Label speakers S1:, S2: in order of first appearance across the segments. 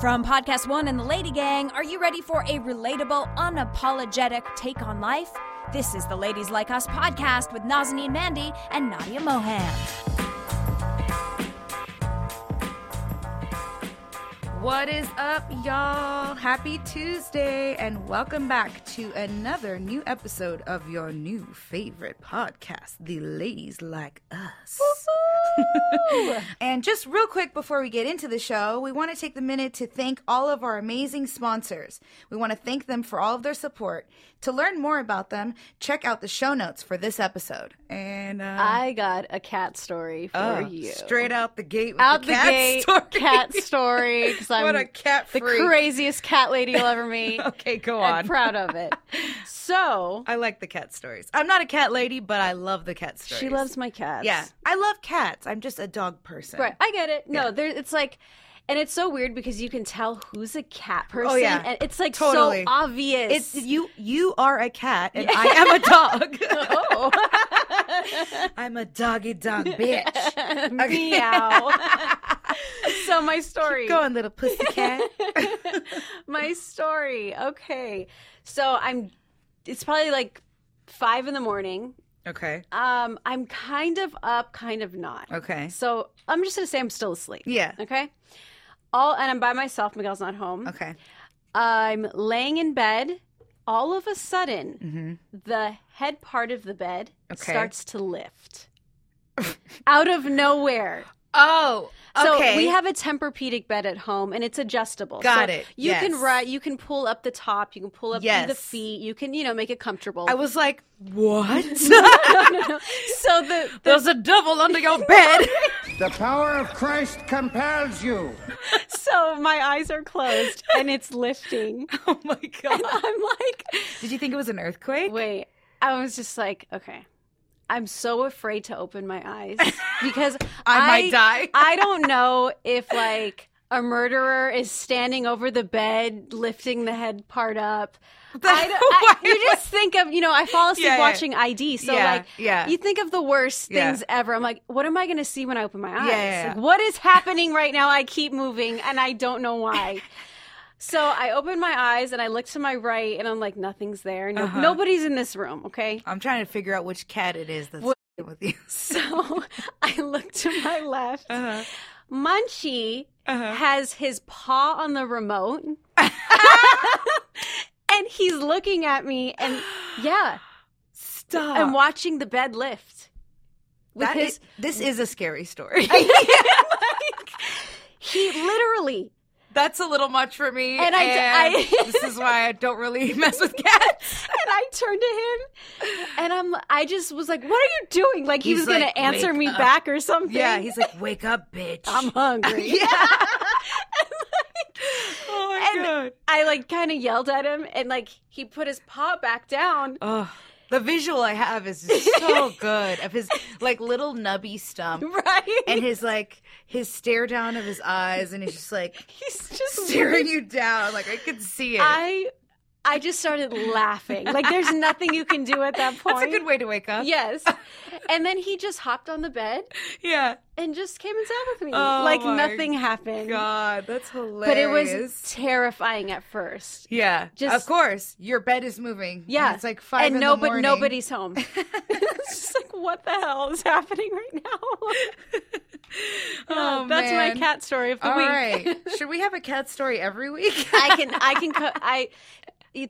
S1: From Podcast One and the Lady Gang, are you ready for a relatable, unapologetic take on life? This is the Ladies Like Us podcast with Nazanin Mandy and Nadia Mohan.
S2: What is up, y'all? Happy Tuesday, and welcome back to another new episode of your new favorite podcast, The Ladies Like Us. and just real quick before we get into the show, we want to take the minute to thank all of our amazing sponsors. We want to thank them for all of their support. To learn more about them, check out the show notes for this episode. And uh,
S3: I got a cat story for
S2: uh,
S3: you.
S2: straight out the gate with
S3: out
S2: the,
S3: the,
S2: cat
S3: gate,
S2: story.
S3: cat story. 'cause I'm
S2: What a cat
S3: the
S2: freak. Oh,
S3: craziest cat lady you'll ever meet.
S2: Okay, go
S3: I'm
S2: on.
S3: proud of it. So
S2: I like the cat stories. I'm not a cat lady, but I love the cat stories.
S3: she loves my cats.
S2: Yeah, I love cats. I'm just a dog person.
S3: right. I get it. No, there. It's like. And it's so weird because you can tell who's a cat person,
S2: Oh, yeah.
S3: and it's like
S2: Totally.
S3: so
S2: It's
S3: obvious.
S2: you. You are a cat, and I am a dog.
S3: oh,
S2: I'm a doggy dog bitch.
S3: oh, meow. so my story.
S2: Go on, little pussy cat.
S3: my story. Okay. So I'm it's probably like five in the morning.
S2: Okay.
S3: Um, I'm kind of up, kind of not.
S2: Okay.
S3: So I'm just gonna say I'm still asleep.
S2: Yeah.
S3: Okay. All and I'm by myself, Miguel's not home.
S2: Okay.
S3: I'm laying in bed. All of a sudden,
S2: Mm-hmm.
S3: the head part of the bed
S2: Okay.
S3: starts to lift. Out of nowhere.
S2: Oh.
S3: So
S2: okay.
S3: we have a Tempur-Pedic bed at home, and it's adjustable.
S2: Got
S3: So
S2: it.
S3: You
S2: Yes.
S3: can right, you can pull up the top, you can pull up through the
S2: Yes.
S3: feet, you can you know make it comfortable.
S2: I was like, what?
S3: so the, the
S2: There's a devil under your bed.
S4: The power of Christ compels you.
S3: so my eyes are closed and it's lifting.
S2: oh my god.
S3: I'm like,
S2: Did you think it was an earthquake?
S3: wait. I was just like, okay. I'm so afraid to open my eyes because
S2: I might die.
S3: I don't know if like a murderer is standing over the bed, lifting the head part up. I don't- I-
S2: Why
S3: you just think of, you know, I fall asleep
S2: Yeah, yeah.
S3: watching ID. So,
S2: Yeah,
S3: like,
S2: yeah.
S3: you think of the worst
S2: Yeah.
S3: things ever. I'm like, what am I going to see when I open my eyes?
S2: yeah,
S3: Like,
S2: yeah.
S3: what is happening right now? I keep moving and I don't know why. So I open my eyes and I look to my right and I'm like, nothing's there. No,
S2: Uh-huh.
S3: Nobody's in this room, okay?
S2: I'm trying to figure out which cat it is that's f***ing with you.
S3: So I look to my left.
S2: Uh-huh.
S3: Munchie has his paw on the remote. and he's looking at me and yeah,
S2: Stop.
S3: I'm watching the bed lift. With
S2: That
S3: his
S2: is- this is a scary story.
S3: he literally
S2: That's a little much for me.
S3: And I- I-
S2: this is why I don't really mess with cats.
S3: and I turned to him and I'm I just was like, What are you doing? Like he
S2: He's
S3: was gonna
S2: like,
S3: answer
S2: "Wake
S3: me
S2: up."
S3: back or something.
S2: Yeah, he's like, wake up, bitch.
S3: I'm hungry.
S2: oh
S3: and I like kind of yelled at him, and like he put his paw back down.
S2: Oh, the visual I have is just so good of his like little nubby stump
S3: Right?
S2: and his like his stare down of his eyes, and he's just like
S3: he's just
S2: staring you down. Like I could see it.
S3: I, I just started laughing. Like there's nothing you can do at that point.
S2: That's a good way to wake up.
S3: Yes. And then he just hopped on the bed
S2: yeah.
S3: and just came and sat with me,
S2: Oh
S3: like
S2: my
S3: nothing happened.
S2: God, that's hilarious.
S3: But it was terrifying at first.
S2: Yeah,
S3: Just-
S2: of course. Your bed is moving. and
S3: Yeah,
S2: it's like five.
S3: and
S2: in
S3: no,
S2: the
S3: but
S2: morning.
S3: nobody's home. it's just like what the hell is happening right now?
S2: Oh,
S3: that's
S2: man.
S3: my cat story of the
S2: All
S3: week.
S2: right. Should we have a cat story every week?
S3: I can, I can, co- I.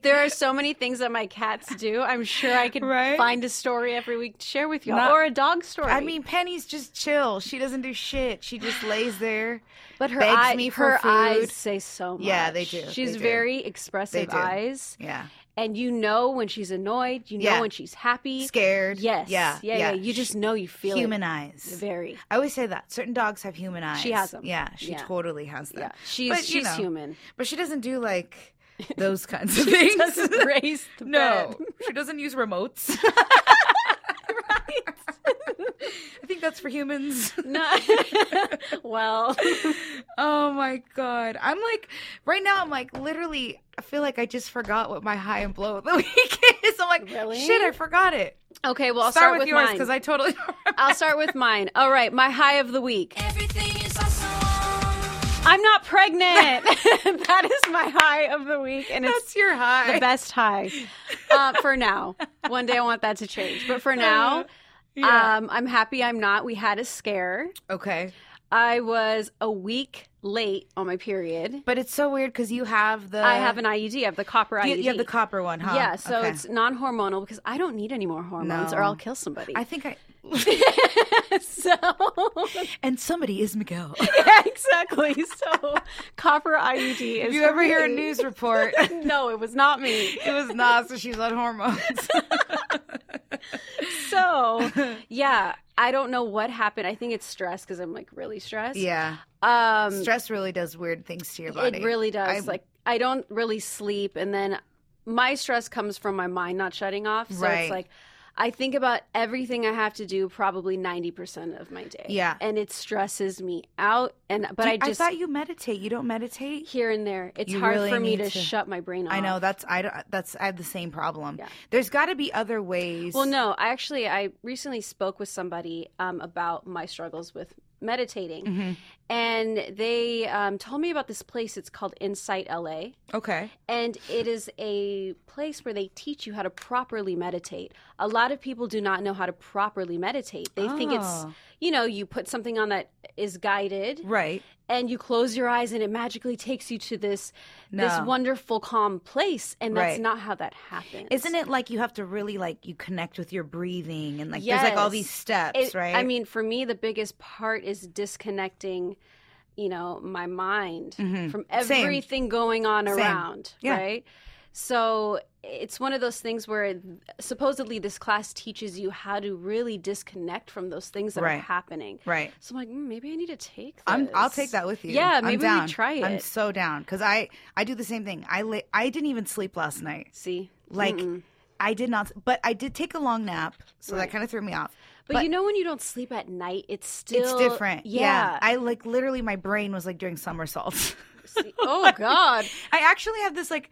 S3: There are so many things that my cats do. I'm sure I could
S2: Right?
S3: find a story every week to share with y'all,
S2: Not-
S3: or a dog story.
S2: I mean, Penny's just chill. She doesn't do shit. She just lays there.
S3: but her
S2: begs
S3: eye,
S2: me for
S3: her
S2: food.
S3: eyes say so much.
S2: Yeah, they do.
S3: She's
S2: They do.
S3: very expressive
S2: do.
S3: eyes,
S2: Yeah.
S3: and you know when she's annoyed. You know
S2: Yeah.
S3: when she's happy.
S2: Scared.
S3: Yes.
S2: Yeah.
S3: Yeah. You just know you feel it.
S2: human eyes.
S3: Very.
S2: I always say that certain dogs have human eyes.
S3: She has 'em.
S2: Yeah. She
S3: Yeah.
S2: totally has them.
S3: Yeah. She's
S2: But, you
S3: she's
S2: know,
S3: human.
S2: But she doesn't do like those kinds of things.
S3: Doesn't raise the
S2: no,
S3: bed.
S2: she doesn't use remotes. I think that's for humans.
S3: No. well,
S2: Oh my god. I'm like right now I'm like literally I feel like I just forgot what my high and blow of the week is. I'm like
S3: Really?
S2: shit, I forgot it.
S3: okay. Well, I'll
S2: start, with, yours
S3: mine.
S2: because I totally
S3: I'll start with mine. All right, my high of the week.
S1: Everything is awesome.
S3: I'm not pregnant. that is my high of the week, and it's
S2: That's your high.
S3: the best high uh, for now. One day I want that to change, but for now, um, I'm happy I'm not. We had a scare.
S2: Okay.
S3: I was a week late on my period.
S2: But it's so weird because you have the.
S3: I have an IUD. I have the copper IUD.
S2: You, you have the copper one, huh?
S3: Yeah, so
S2: Okay.
S3: it's non-hormonal because I don't need any more hormones, or
S2: No.
S3: I'll kill somebody.
S2: I think I.
S3: so
S2: And somebody is Miguel.
S3: yeah, exactly. So copper IUD is.
S2: If you ever hear a
S3: great.
S2: news report,
S3: No, it was not me.
S2: it was not, so she's on hormones.
S3: So yeah, I don't know what happened. I think it's stress because I'm like really stressed.
S2: yeah.
S3: Um,
S2: Stress really does weird things to your body.
S3: it really does.
S2: I-
S3: like I don't really sleep, and then my stress comes from my mind not shutting off. So
S2: Right.
S3: it's like. I think about everything I have to do probably 90% of my day.
S2: Yeah.
S3: And it stresses me out and but
S2: Do-
S3: I just
S2: thought you meditate. You don't meditate?
S3: here and there. It's
S2: You
S3: hard
S2: really
S3: for me
S2: need
S3: to,
S2: to-
S3: shut my brain off.
S2: I know that's I don't uh, that's I have the same problem.
S3: Yeah.
S2: There's got to be other ways.
S3: Well, no, I actually I recently spoke with somebody um, about my struggles with meditating,
S2: Mhm.
S3: and they um, told me about this place. It's called Insight LA,
S2: Okay.
S3: and it is a place where they teach you how to properly meditate. A lot of people do not know how to properly meditate. They think it's
S2: Oh.
S3: you know you put something on that is guided,
S2: Right.
S3: and you close your eyes and it magically takes you to this this
S2: No.
S3: wonderful calm place and that's
S2: Right.
S3: not how that happens
S2: Isn't it like you have to really like you connect with your breathing and like there's like all
S3: Yes.
S2: these steps,
S3: It-
S2: right?
S3: i mean for me the biggest part is disconnecting you know my mind
S2: Mhm.
S3: from
S2: Same.
S3: everything going on
S2: Same.
S3: around
S2: Yeah.
S3: right so it's one of those things where supposedly this class teaches you how to really disconnect from those things that are
S2: Right.
S3: happening
S2: right.
S3: so i'm like mm, maybe i need to take this.
S2: I'm, I'll take that with you.
S3: yeah
S2: I'm
S3: maybe
S2: down.
S3: we try it
S2: I'm so down because I I do the same thing. I la- I didn't even sleep last night.
S3: see
S2: Like
S3: Mm-mm.
S2: I did not, but I did take a long nap, so
S3: Right.
S2: that kind of threw me off.
S3: But, you know when you don't sleep at night, it's still
S2: it's different.
S3: Yeah.
S2: I like literally my brain was like doing somersaults.
S3: See- oh God.
S2: I actually have this like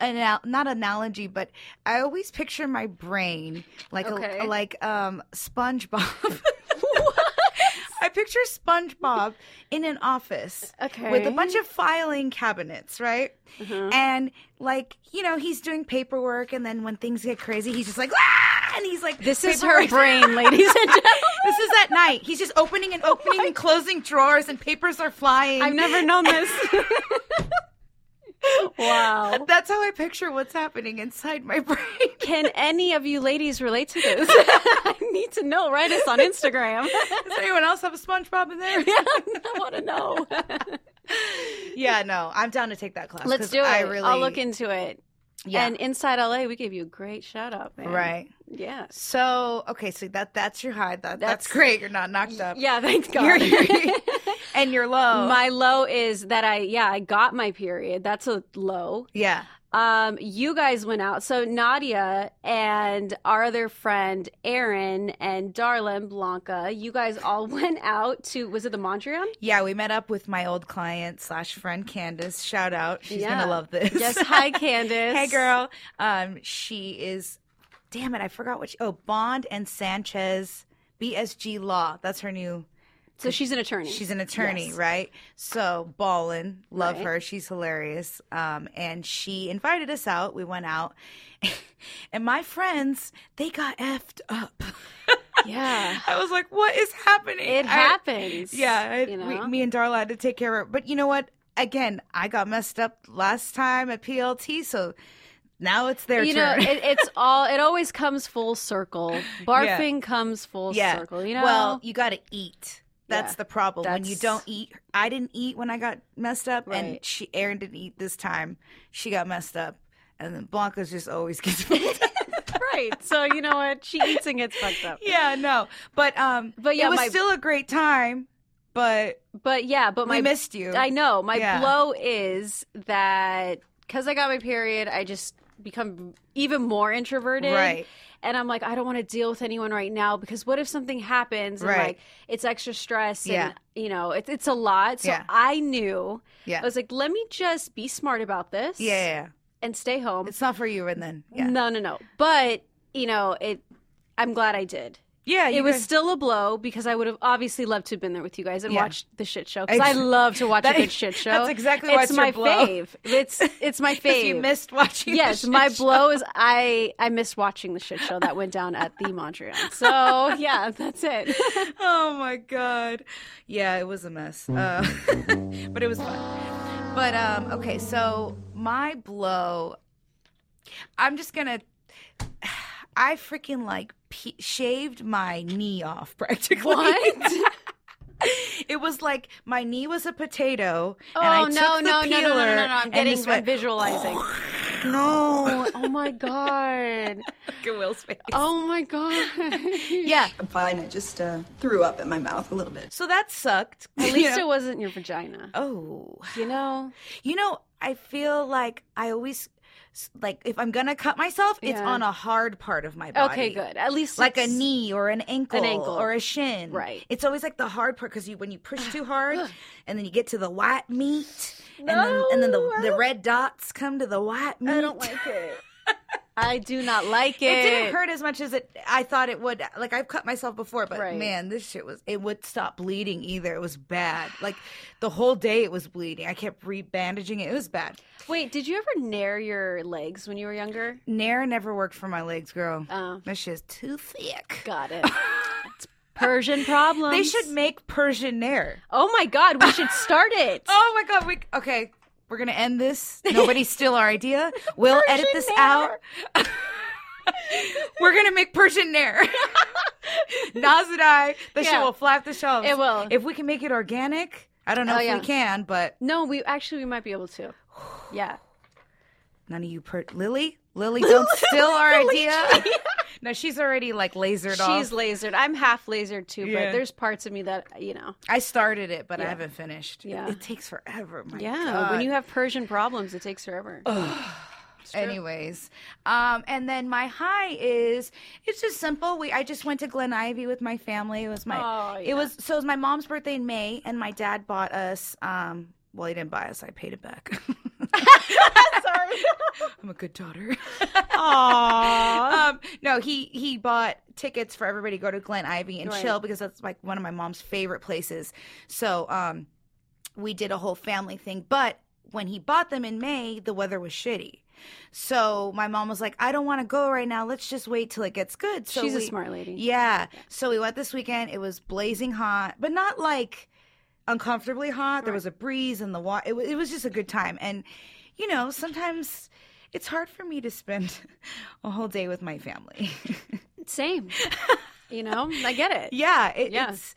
S2: anal- not analogy, but I always picture my brain like
S3: Okay.
S2: a, like um SpongeBob. I picture SpongeBob in an office with
S3: Okay. Mm-hmm.
S2: a bunch of filing cabinets, right? And like, you know, he's doing paperwork and then when things get crazy, he's just like ah! and he's like
S3: This is her brain, ladies and gentlemen.
S2: This is at night. He's just opening and opening and closing drawers and papers are flying.
S3: I've never known this. wow.
S2: That's how I picture what's happening inside my brain.
S3: Can any of you ladies relate to this? I need to know. Write us on Instagram.
S2: Does anyone else have a SpongeBob in there?
S3: I want to know.
S2: yeah, no, I'm down to take that class.
S3: Let's
S2: 'cause
S3: do it.
S2: I really,
S3: I'll look into it.
S2: Yeah.
S3: And inside LA, we gave you a great shout out, man.
S2: right.
S3: Yeah.
S2: So okay, so that that's your high. That that's,
S3: That's-
S2: great. You're not knocked up.
S3: Yeah. Thanks God.
S2: You're, you're- and you're low.
S3: My low is that I yeah I got my period. That's a low.
S2: yeah.
S3: Um, you guys went out. So Nadia and our other friend Erin and Darla and Blanca, you guys all went out to was it the Mondrian?
S2: Yeah, we met up with my old client slash friend Candace. Shout out. She's
S3: Yeah.
S2: gonna love this.
S3: Yes. Hi, Candace.
S2: hey girl. Um she is damn it, I forgot what she oh, Bond and Sanchez BSG Law. That's her new
S3: So she's an attorney.
S2: She's an attorney,
S3: Yes.
S2: right? So Ballin, love
S3: Right.
S2: her. She's hilarious. Um, and she invited us out. We went out, and my friends they got effed up.
S3: Yeah.
S2: I was like, "What is happening?"
S3: It
S2: I-
S3: happens.
S2: yeah, I-
S3: you know?
S2: we, me and Darla had to take care of. But you know what? Again, I got messed up last time at PLT, so now it's their
S3: you know,
S2: turn.
S3: it, it's all. It always comes full circle. Barfing comes full
S2: yeah.
S3: circle. You know.
S2: Well, you got to eat. That's
S3: Yeah.
S2: the problem. When you
S3: That's-
S2: don't eat, I didn't eat when I got messed up,
S3: Right.
S2: and she Erin didn't eat this time. She got messed up, and then Blanca's just always gets. messed up.
S3: right. So you know what? She eats and gets fucked up.
S2: yeah, no, but um,
S3: But yeah,
S2: it was
S3: my-
S2: still a great time. But
S3: But yeah. But
S2: we
S3: my
S2: missed you.
S3: I know. My
S2: Yeah.
S3: blow is that because I got my period, I just become even more introverted.
S2: Right.
S3: And I'm like, I don't want to deal with anyone right now because what if something happens? And
S2: Right.
S3: like, it's extra stress.
S2: Yeah.
S3: And, you know, it's it's a lot. So
S2: Yeah.
S3: I knew.
S2: Yeah.
S3: I was like, let me just be smart about this.
S2: yeah, yeah, yeah.
S3: And stay home.
S2: it's not for you. And then yeah,
S3: No, no, no. But, you know, it. I'm glad I did.
S2: Yeah,
S3: It
S2: you
S3: was
S2: guys-
S3: still a blow because I would have obviously loved to have been there with you guys and
S2: Yeah.
S3: watched the shit show because I
S2: Ex-
S3: love to watch
S2: That-
S3: a good shit show.
S2: that's exactly
S3: it's
S2: why it's your
S3: my
S2: blow.
S3: fave. It's it's my
S2: 'Cause
S3: fave.
S2: you missed watching. the
S3: Yes,
S2: shit
S3: my
S2: show.
S3: blow is I I missed watching the shit show that went down at the Montreal. So yeah, that's it.
S2: Oh my god. Yeah, it was a mess. Uh, but it was fun. But um okay, so my blow I'm just going to I freaking like pe- shaved my knee off practically.
S3: What?
S2: It was like my knee was a potato, and I
S3: Oh
S2: took
S3: no
S2: the
S3: no, no no no no
S2: peeler
S3: no no! I'm
S2: and
S3: getting
S2: just
S3: I'm
S2: went,
S3: visualizing. no! Oh my god!
S2: Look at Will's face.
S3: Oh my god!
S2: Yeah,
S5: I'm fine. I just uh, threw up in my mouth a little bit.
S2: so that sucked.
S3: At least it wasn't your vagina.
S2: oh,
S3: You know?
S2: You know, I feel like I always like if I'm gonna cut myself, it's
S3: Yeah.
S2: on a hard part of my body.
S3: Okay, good. At least
S2: Like a
S3: it's-
S2: knee or an ankle,
S3: ankle.
S2: or a shin.
S3: Right.
S2: It's always like the hard part because you when you push too hard and then you get to the white meat and then and then
S3: No,
S2: the,
S3: I
S2: the
S3: don't-
S2: red dots come to the white meat.
S3: I don't like it. I do not like it.
S2: It didn't hurt as much as it I thought it would. Like I've cut myself before, but
S3: Right.
S2: man, this shit was it would stop bleeding either. It was bad. Like the whole day it was bleeding. I kept rebandaging it. It was bad.
S3: Wait, did you ever nair your legs when you were younger?
S2: Nair never worked for my legs, girl.
S3: Oh.
S2: That shit's too thick.
S3: Got it. it's Persian problems.
S2: They should make Persian Nair.
S3: Oh my god, we should start it.
S2: Oh my god, we okay. We're gonna end this. Nobody steal our idea. We'll edit this
S3: Nair.
S2: out. We're gonna make Persian Nair. Nas and I, the show
S3: Yeah.
S2: will flap the shelves.
S3: It will.
S2: If we can make it organic, I don't know
S3: Oh,
S2: if
S3: yeah.
S2: we can, but
S3: No, we actually we might be able to. Yeah.
S2: none of you, per- Lily, Lily, don't steal our idea. no, she's already like lasered off.
S3: She's lasered. I'm half lasered too,
S2: Yeah.
S3: but there's parts of me that you know.
S2: I started it, but I
S3: Yeah.
S2: haven't finished. It-
S3: Yeah.
S2: It, takes forever. My
S3: Yeah.
S2: God.
S3: When you have Persian problems, it takes forever.
S2: Anyways, um, and then my high is it's just simple. We I just went to Glen Ivy with my family. It was my
S3: Oh, yeah.
S2: it was so it was my mom's birthday in May, and my dad bought us. Um, well, he didn't buy us. I paid it back. Sorry, I'm a good daughter. um, no, he he bought tickets for everybody to go to Glen Ivy and
S3: Right.
S2: chill because that's like one of my mom's favorite places. So um, we did a whole family thing. But when he bought them in May, the weather was shitty. So my mom was like, "I don't want to go right now. Let's just wait till it gets good." So
S3: She's a
S2: we-
S3: smart lady.
S2: Yeah. So we went this weekend. It was blazing hot, but not like uncomfortably hot. There was a breeze and the water. It, wa- it was just a good time. And, you know, sometimes it's hard for me to spend a whole day with my family.
S3: Same. you know, I get it.
S2: yeah, it,
S3: Yeah.
S2: It's,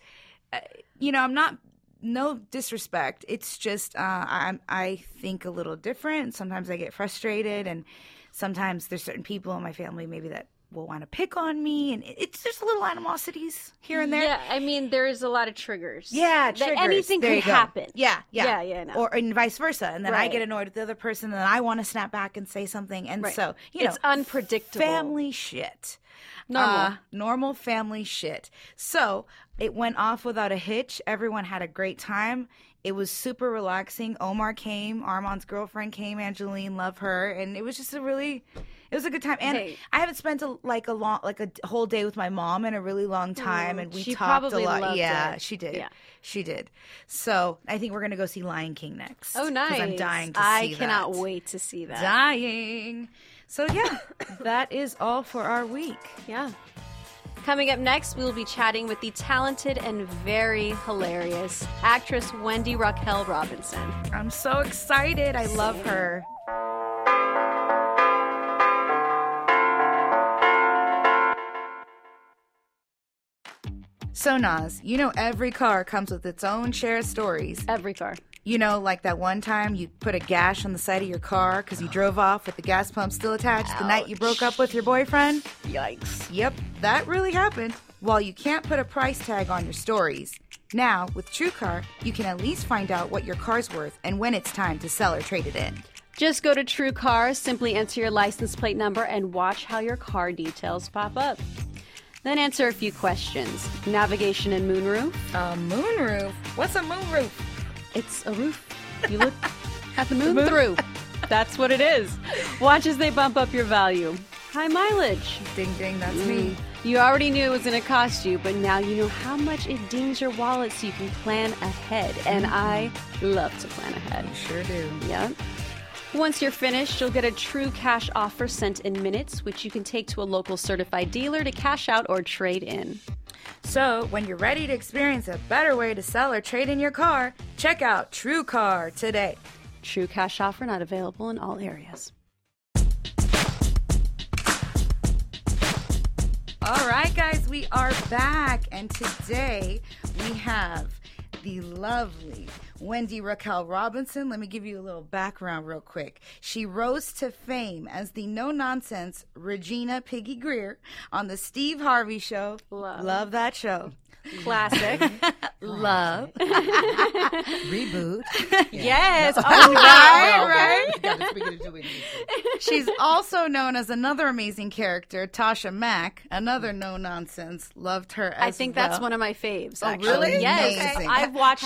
S2: uh, you know, I'm not, no disrespect. It's just, uh, I'm, I think a little different. Sometimes I get frustrated and sometimes there's certain people in my family maybe that will want to pick on me. And it- it's just little animosities here and there.
S3: Yeah, I mean, there's a lot of triggers.
S2: Yeah,
S3: that
S2: triggers.
S3: anything
S2: There
S3: could
S2: you go.
S3: happen.
S2: Yeah, yeah,
S3: Yeah, yeah, no.
S2: Or and vice versa, and then I
S3: Right.
S2: get annoyed with the other person, and then I want to snap back and say something, and
S3: Right.
S2: so you
S3: It's
S2: know,
S3: unpredictable.
S2: family shit, Uh,
S3: Normal.
S2: normal family shit. So it went off without a hitch. Everyone had a great time. It was super relaxing. Omar came, Armand's girlfriend came, Angeline, love her, and it was just a really. It was a good time, and
S3: Hey.
S2: I haven't spent a, like a long, like a d- whole day with my mom in a really long time,
S3: Oh,
S2: and we
S3: she
S2: talked
S3: probably
S2: a lot.
S3: loved
S2: yeah,
S3: it.
S2: she did.
S3: Yeah.
S2: She did. So I think we're gonna go see Lion King next.
S3: Oh, nice.
S2: 'cause I'm dying to
S3: I
S2: see that.
S3: cannot wait to see that.
S2: Dying. So yeah, that is all for our week.
S3: Yeah. Coming up next, we will be chatting with the talented and very hilarious actress Wendy Raquel Robinson.
S2: I'm so excited. I love her. So Nas, you know every car comes with its own share of stories.
S3: Every car.
S2: You know, like that one time you put a gash on the side of your car because you drove off with the gas pump still attached the night you broke up with your boyfriend?
S3: Yikes.
S2: Yep, that really happened. While you can't put a price tag on your stories, now with TrueCar, you can at least find out what your car's worth and when it's time to sell or trade it in.
S3: Just go to True Car, simply enter your license plate number, and watch how your car details pop up. Then answer a few questions navigation and moonroof.
S2: A moonroof? What's a moonroof?
S3: It's a roof. You look at the moon, through. That's what it is. Watch as they bump up your value. high mileage.
S2: Ding ding, that's me.
S3: You already knew it was going to cost you, but now you know how much it dings your wallet so you can plan ahead. And I love to plan ahead.
S2: Mm-hmm. Sure do.
S3: Yep. Once you're finished, you'll get a true cash offer sent in minutes, which you can take to a local certified dealer to cash out or trade in.
S2: So, when you're ready to experience a better way to sell or trade in your car, check out True Car today.
S3: True cash offer not available in all areas.
S2: All right, guys, we are back, and today we have the lovely Wendy Raquel Robinson. Let me give you a little background, real quick. She rose to fame as the no nonsense Regina Piggy Greer on The Steve Harvey Show.
S3: Love.
S2: Love that show.
S3: Classic.
S2: Love. Reboot.
S3: yes.
S2: right, right.
S6: Got speaking to do with music.
S2: She's also known as another amazing character, Tasha Mack, another no nonsense. Loved her as
S3: I think that's
S2: well.
S3: one of my faves.
S6: Oh,
S3: Actually.
S2: really?
S3: Yes.
S2: Amazing.
S3: I've watched.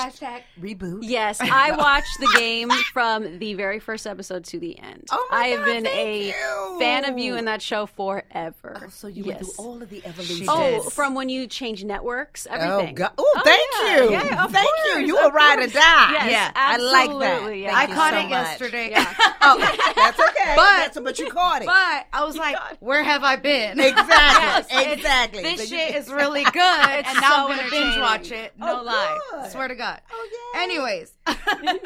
S6: Reboot.
S3: Yes, I watched the game from the very first episode to the end.
S2: Oh my
S3: I have
S2: God,
S3: been a
S2: thank you.
S3: fan of you and that show forever.
S6: Oh, So you went
S3: yes.
S6: through all of the evolution.
S3: Oh, from when you change networks, everything.
S6: Oh, God. Ooh, thank
S3: yeah.
S6: you.
S3: Yeah, of
S6: Thank you.
S3: course,
S6: You
S3: of
S6: a ride or
S3: course.
S6: die.
S3: Yes,
S6: Yeah, I like
S3: absolutely.
S6: that.
S3: Yeah.
S2: I
S6: Thank you
S2: caught
S6: so
S2: it
S6: much.
S2: yesterday.
S6: oh, that's okay.
S2: But-
S6: That's- but you caught it.
S2: But I was like, where have I been?
S6: exactly.
S2: It's-
S6: exactly.
S2: This
S6: So you-
S2: shit is really good, and
S3: It's
S2: now
S3: so
S2: I'm gonna binge
S3: entertaining.
S2: watch it. No
S6: Oh,
S2: lie,
S6: good.
S2: swear to God.
S6: Oh, yay.
S2: Anyways,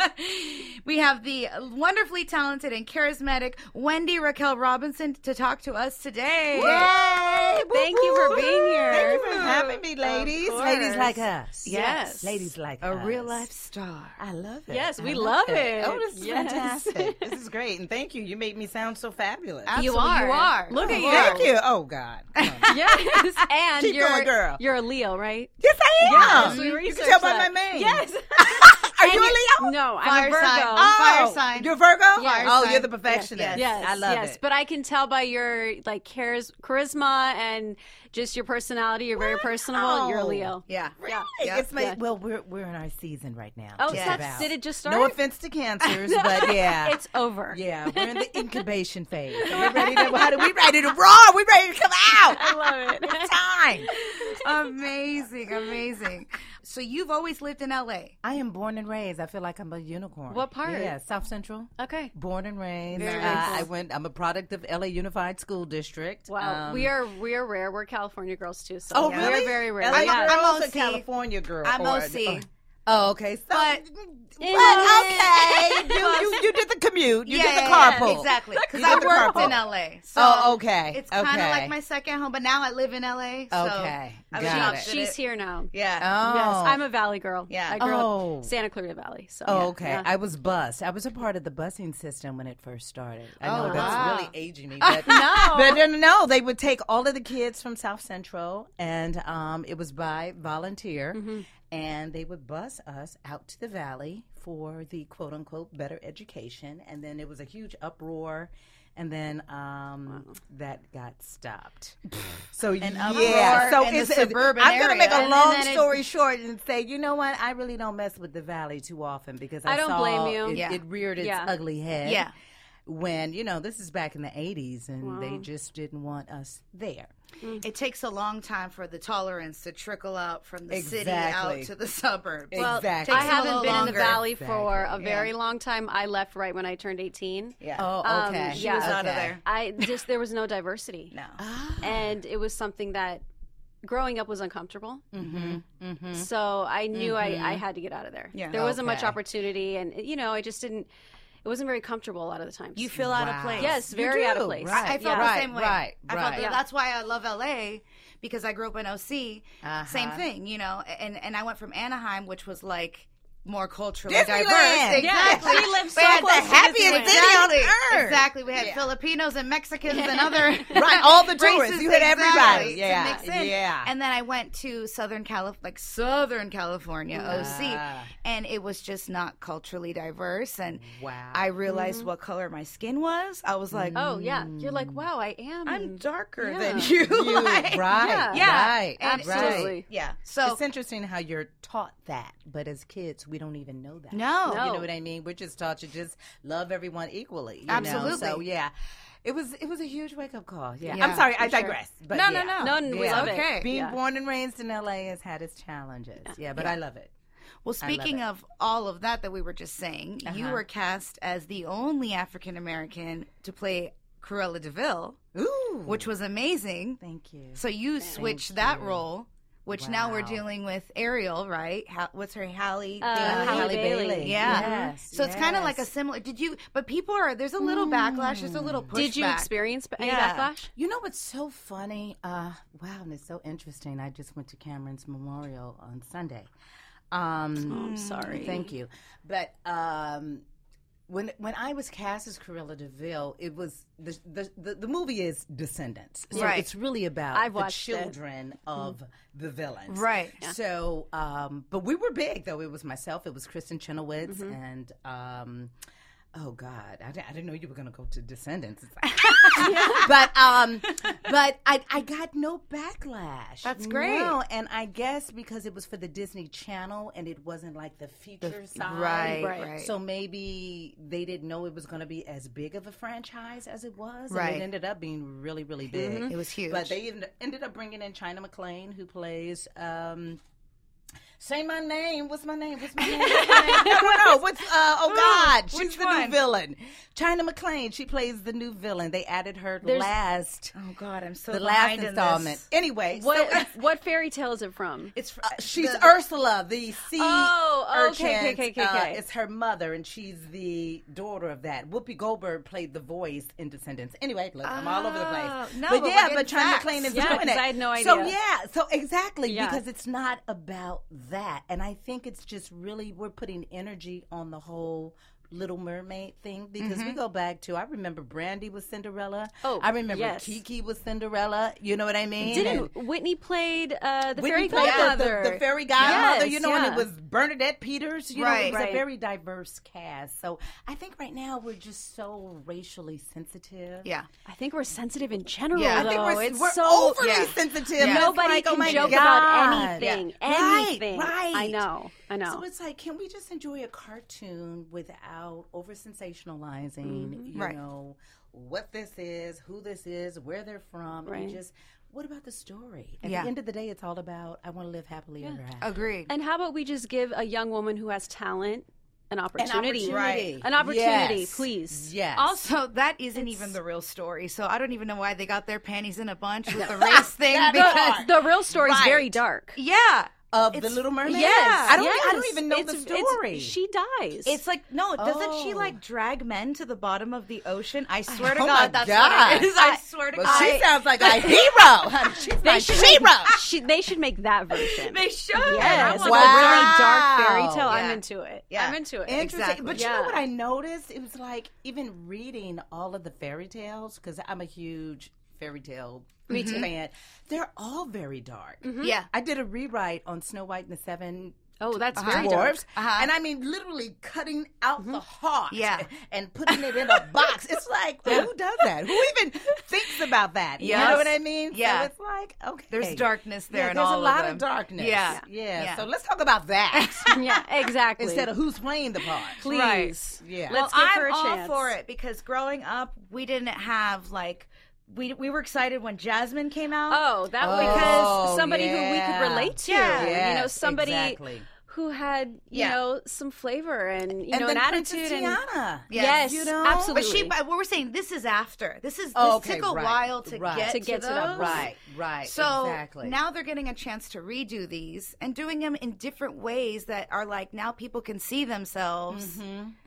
S2: we have the wonderfully talented and charismatic Wendy Raquel Robinson to talk to us today.
S6: Yay! Woo,
S3: Thank you
S6: woo,
S3: for
S6: woo.
S3: being here.
S6: Thank you for
S3: Of
S6: having me, ladies. Ladies like us.
S3: Yes.
S6: Ladies like
S2: A
S6: us.
S2: real life star.
S6: I love it.
S3: Yes, we
S6: I
S3: love it.
S6: Oh, this is
S3: Yes.
S6: fantastic. This is great, and thank you. You made me sound so fabulous.
S3: You
S2: Absolutely,
S3: are.
S2: You are.
S3: Look at you.
S6: Thank you. Oh God. yes,
S3: Yes, and
S6: Keep
S3: you're
S6: going, girl.
S3: You're a Leo, right?
S6: I am.
S3: Yes, we
S6: you can
S3: researched
S6: tell by my
S3: that.
S6: name.
S3: Yes.
S6: Are
S3: And
S6: you a
S3: you-
S6: Leo?
S3: No, I'm
S2: Fire
S3: a Virgo.
S2: sign.
S6: Oh,
S2: Fire sign.
S6: You're Virgo.
S2: Fire
S6: oh,
S2: sign.
S6: you're the perfectionist.
S3: Yes,
S6: I love
S3: yes,
S6: it.
S3: but I can tell by your like charis- charisma and just your personality. You're very personable. You're a
S6: Oh.
S3: Leo.
S2: Yeah.
S6: Really? It's my,
S3: Yeah.
S6: Well, we're we're in our season right now.
S3: Oh,
S6: just
S3: it's not-
S6: about.
S3: did it just start?
S6: No offense to cancers, but yeah,
S3: It's over.
S6: yeah, we're in the incubation phase. We're ready to, how do, we ready to roar. We're ready to come out.
S3: I love it.
S6: Time.
S2: amazing, amazing. So you've always lived in LA.
S6: I am born and raised. I feel like I'm a unicorn.
S3: What part?
S6: Yeah, South Central.
S3: okay.
S6: Born and raised.
S3: Very
S6: Uh,
S3: nice.
S6: I went. I'm a product of LA Unified School District.
S3: Wow.
S6: Um,
S3: we are we are rare. We're California girls too. So
S6: Oh,
S3: we're
S6: really?
S3: very rare.
S6: I'm,
S3: Yeah.
S6: I'm also a
S2: OC.
S6: California girl.
S2: I'm
S6: or-
S2: OC.
S6: Oh, okay. So,
S2: But-
S6: Well, okay. you, you, you did the commute. You did the carpool.
S2: exactly. Because
S6: You
S2: I
S6: did the
S2: worked
S6: carpool.
S2: in LA. So
S6: Oh, okay,
S2: It's kind of
S6: okay.
S2: like my second home, but now I live in LA. So
S6: Okay,
S2: I've
S6: got
S2: adopted
S6: it.
S2: it.
S3: She's here now.
S2: Yeah.
S6: Oh.
S3: Yes, I'm a Valley girl.
S2: Yeah.
S3: I grew
S6: Oh.
S3: up Santa Clarita Valley. So
S6: Oh,
S3: yeah,
S6: okay.
S3: yeah.
S6: I was bused. I was a part of the busing system when it first started. I know
S2: Oh,
S6: that's
S2: wow.
S6: really aging me, but But then, no, they would take all of the kids from South Central, and um, it was by volunteer,
S2: Mm-hmm.
S6: and they would bus us out to the valley for the quote unquote better education, and then it was a huge uproar. And then um, that got stopped. So yeah,
S2: uproar
S6: so
S2: in the
S6: it's, it's-
S2: suburban
S6: I'm gonna make
S2: area.
S6: a
S2: And
S6: long
S2: then it-
S6: story short and say, you know what? I really don't mess with the valley too often because I,
S3: I don't
S6: saw
S3: blame you.
S6: It,
S2: Yeah.
S6: it reared its
S3: Yeah.
S6: ugly head
S2: Yeah.
S6: when you know this is back in the 80s and they just didn't want us there
S2: It takes a long time for the tolerance to trickle out from the city
S6: Exactly.
S2: out to the suburbs.
S6: Well, Exactly.
S3: I
S6: Takes a
S3: haven't
S2: little
S3: been in
S2: longer.
S3: the Valley for a
S6: Exactly.
S3: very long time. I left right when I turned 18.
S2: yeah.
S6: oh okay
S3: She was
S2: out of
S6: Okay.
S2: there.
S3: I just there was no diversity.
S2: No.
S3: and it was something that growing up was uncomfortable. Mm-hmm. So I knew I, I had to get out of there.
S2: Yeah.
S3: There wasn't much
S6: Mm-hmm. Okay.
S3: opportunity, and you know, I just didn't. It wasn't very comfortable a lot of the times.
S2: You feel out of
S6: Wow.
S2: place.
S3: yes,
S6: You
S3: very out of
S6: do,
S3: place.
S6: right.
S2: I felt
S6: Right,
S2: the same way.
S6: right,
S2: I felt
S6: right.
S2: that,
S6: Yeah.
S2: that's why I love LA because I grew up in OC.
S6: Uh-huh.
S2: Same thing, you know. And and I went from Anaheim, which was like more culturally diverse.
S6: Disneyland. Yes.
S2: Exactly.
S3: We live
S2: We
S3: so
S2: had
S3: close to Disneyland.
S2: exactly,
S6: city on earth.
S2: Exactly. We had Filipinos and Mexicans and other
S6: Right, all the
S2: races,
S6: tourists. You had everybody.
S2: exactly, to
S6: Yeah,
S2: mix in.
S6: yeah.
S2: And then I went to Southern Calif, like Southern California,
S6: Ah.
S2: OC, and it was just not culturally diverse. And
S6: Wow.
S2: I realized what color my skin was. I was like,
S6: Mm-hmm.
S3: Oh yeah, you're like,
S6: Mm.
S3: wow, I am.
S2: I'm darker
S3: Yeah.
S2: than you.
S6: You- right
S3: Yeah.
S6: Oh, yeah right
S2: And
S6: right.
S3: Absolutely.
S2: Yeah. So
S6: it's interesting how you're taught that but as kids we we don't even know that.
S2: No.
S6: You
S3: No.
S6: know what I mean? We're just taught to just love everyone equally. you know?
S2: Absolutely.
S6: So yeah. It was it was a huge wake up call. Yeah.
S2: Yeah,
S6: I'm sorry, I digress. But
S2: No, no,
S6: yeah.
S2: no.
S3: No, no, we
S6: Yeah.
S3: love
S2: Okay.
S3: it.
S6: Being
S3: Yeah.
S6: born and raised in LA has had its challenges. Yeah, but I love it.
S2: Well, speaking
S6: it. Uh-huh.
S2: of all of that that we were just saying, you were cast as the only African American to play Cruella Deville,
S6: Ooh.
S2: which was amazing.
S6: Thank you.
S2: So you switched that
S6: you.
S2: role, which now we're
S6: Wow.
S2: dealing with Ariel, right? How, what's her Hallie?
S3: Uh,
S2: Bailey?
S3: Halle
S6: Halle
S3: Bailey.
S6: Bailey. Mm-hmm.
S2: Yeah.
S6: Yes,
S2: So it's kind of like a
S6: yes.
S2: similar. Did you? But people are. There's a little backlash. There's a little
S6: Mm.
S2: pushback.
S3: Did you experience any
S2: Yeah.
S3: backlash?
S6: You know what's so funny? Uh, wow, and it's so interesting. I just went to Cameron's memorial on Sunday. Um,
S3: Oh, I'm sorry.
S6: Thank you. But um, when when I was cast as Corilla Deville, it was the the, the, the movie is Descendants, so
S2: Right.
S6: it's really about
S3: I've
S6: the
S3: watched it.
S6: children of the villains,
S2: Right.
S6: So, um, but we were big though. It was myself. It was Kristen Chenoweth
S3: Mm-hmm.
S6: and. Um, Oh God! I, di- I didn't know you were going to go to Descendants, It's like- but um, but I I got no backlash.
S2: That's great.
S6: No, and I guess because it was for the Disney Channel and it wasn't like the feature side,
S2: Right, Right. right.
S6: So maybe they didn't know it was going to be as big of a franchise as it was.
S2: Right.
S6: and it ended up being really, really big.
S2: It was huge.
S6: But they end- ended up bringing in China McLean, who plays. Um, Say my name. What's my name? What's my name? What's my name? I don't know. What's uh, oh God? She's
S2: which
S6: the
S2: one?
S6: new villain. China McLean. She plays the new villain. They added her last.
S2: oh God, I'm so
S6: The last
S2: behind in
S6: installment.
S2: this.
S6: Anyway, so
S3: What what fairy tale is it from?
S6: it's fr- uh, she's Ursula, the sea
S3: Oh,
S6: urchin.
S3: okay, okay, okay,
S6: uh,
S3: okay.
S6: it's her mother, and she's the daughter of that. Whoopi Goldberg played the voice in Descendants. Anyway, look, I'm all over the
S2: Oh,
S6: place.
S2: no,
S6: but
S2: but
S6: yeah,
S2: we're
S6: but
S2: getting
S6: China
S2: facts.
S6: McLean is
S3: Yeah,
S6: doing it.
S3: because I had no
S6: So
S3: idea.
S6: yeah, so exactly
S3: Yeah.
S6: because it's not about that, and I think it's just really we're putting energy on the whole. Little Mermaid thing because we go back to I remember Brandy was Cinderella.
S3: Mm-hmm. Oh,
S6: I remember
S3: yes.
S6: Kiki was Cinderella. You know what I mean? And-
S3: Didn't Whitney played uh, the fairy
S6: Whitney played the-
S3: godmother?
S6: The, the fairy godmother,
S3: Yes,
S6: you know, and
S3: yeah.
S6: it was Bernadette Peters. You know,
S2: Right.
S6: it was
S3: Right.
S6: a very diverse cast. So I think right now we're just so racially sensitive.
S2: Yeah.
S3: I think we're sensitive in general.
S2: Yeah. I
S3: though.
S2: think
S3: Oh, it's
S6: we're
S3: so
S6: overly
S2: Yeah.
S6: sensitive.
S2: Yeah.
S6: It's
S3: nobody
S6: like,
S3: can
S6: oh my
S3: joke
S6: God.
S3: about anything.
S6: Right,
S3: Anything.
S6: right.
S3: I know. I know.
S6: So it's like, can we just enjoy a cartoon without over sensationalizing,
S3: Mm-hmm.
S6: you
S2: Right.
S6: know, what this is, who this is, where they're from,
S3: Right.
S6: and just what about the story? At
S2: Yeah. Oh,
S6: the end of the day, it's all about I want to live happily ever after.
S2: Agreed.
S3: and how about we just give a young woman who has talent an opportunity?
S6: opportunity. Right.
S3: An opportunity,
S6: Yes.
S3: please.
S6: Yes.
S2: Also, that isn't even the real story. So I don't even know why they got their panties in a bunch with the race thing because
S3: The, the real story is very dark.
S2: yeah,
S6: of the Little Mermaid.
S3: Yes.
S6: I don't. e-
S3: yes.
S6: I don't even know
S3: It's-
S6: the
S3: it's-
S6: story.
S3: she dies.
S2: It's like no, doesn't she
S6: Oh.
S2: like drag men to the bottom of the ocean? I swear to
S6: Oh my
S2: God, that's what
S6: God.
S2: it is. I swear to
S6: Well,
S2: God,
S6: she sounds like a hero. She's my hero.
S3: she, they should make that version.
S2: they should.
S3: yes.
S2: I
S3: Like
S2: want
S3: a
S2: to-
S3: really dark fairy
S6: Wow.
S3: tale. I'm
S2: Yeah.
S3: into it.
S2: Yeah.
S3: I'm into it.
S6: Interesting.
S2: Exactly.
S6: But you know
S3: Yeah.
S6: what I noticed? It was like even reading all of the fairy tales because I'm a huge fairy tale fan. They're all very dark.
S3: Mm-hmm.
S2: Yeah.
S6: I did a rewrite on Snow White and the Seven
S3: Oh, that's
S6: Uh-huh.
S3: very dark.
S6: dwarves, and I mean literally cutting out the
S3: Mm-hmm.
S6: heart,
S2: Yeah.
S6: and putting it in a box. It's like who does that? Who even thinks about that? You
S2: Yes.
S6: know what I mean?
S2: Yeah.
S6: so it's like okay,
S2: There's darkness there
S6: Yeah,
S2: in
S6: there's
S2: all
S6: a
S2: of
S6: lot
S2: them.
S6: of darkness.
S2: Yeah.
S6: yeah,
S2: Yeah.
S6: So let's talk about that
S3: yeah, exactly.
S6: instead of who's playing the part.
S3: please.
S6: Yeah.
S3: Let's
S2: well,
S3: give
S2: I'm
S3: her a
S2: all
S3: chance.
S2: for it because growing up, we didn't have like we we were excited when Jasmine came out.
S3: Oh, that
S6: Oh,
S3: because somebody who we
S6: yeah.
S3: could relate to.
S2: Yeah.
S3: you know,
S6: Yes,
S3: somebody
S6: exactly.
S3: who had, you
S2: Yeah.
S3: know, some flavor and you
S6: and
S3: know,
S6: then
S3: an
S6: Princess
S3: attitude and
S6: Tiana.
S3: Yes,
S2: you know?
S3: absolutely.
S2: But she, but what we're saying, this is after. This is this
S6: Oh, okay,
S2: took a
S6: right,
S2: while to
S6: right.
S2: get
S3: To get to that
S2: those.
S6: Right, right,
S2: So
S6: exactly.
S2: now they're getting a chance to redo these and doing them in different ways that are like now people can see themselves.
S6: Mm-hmm.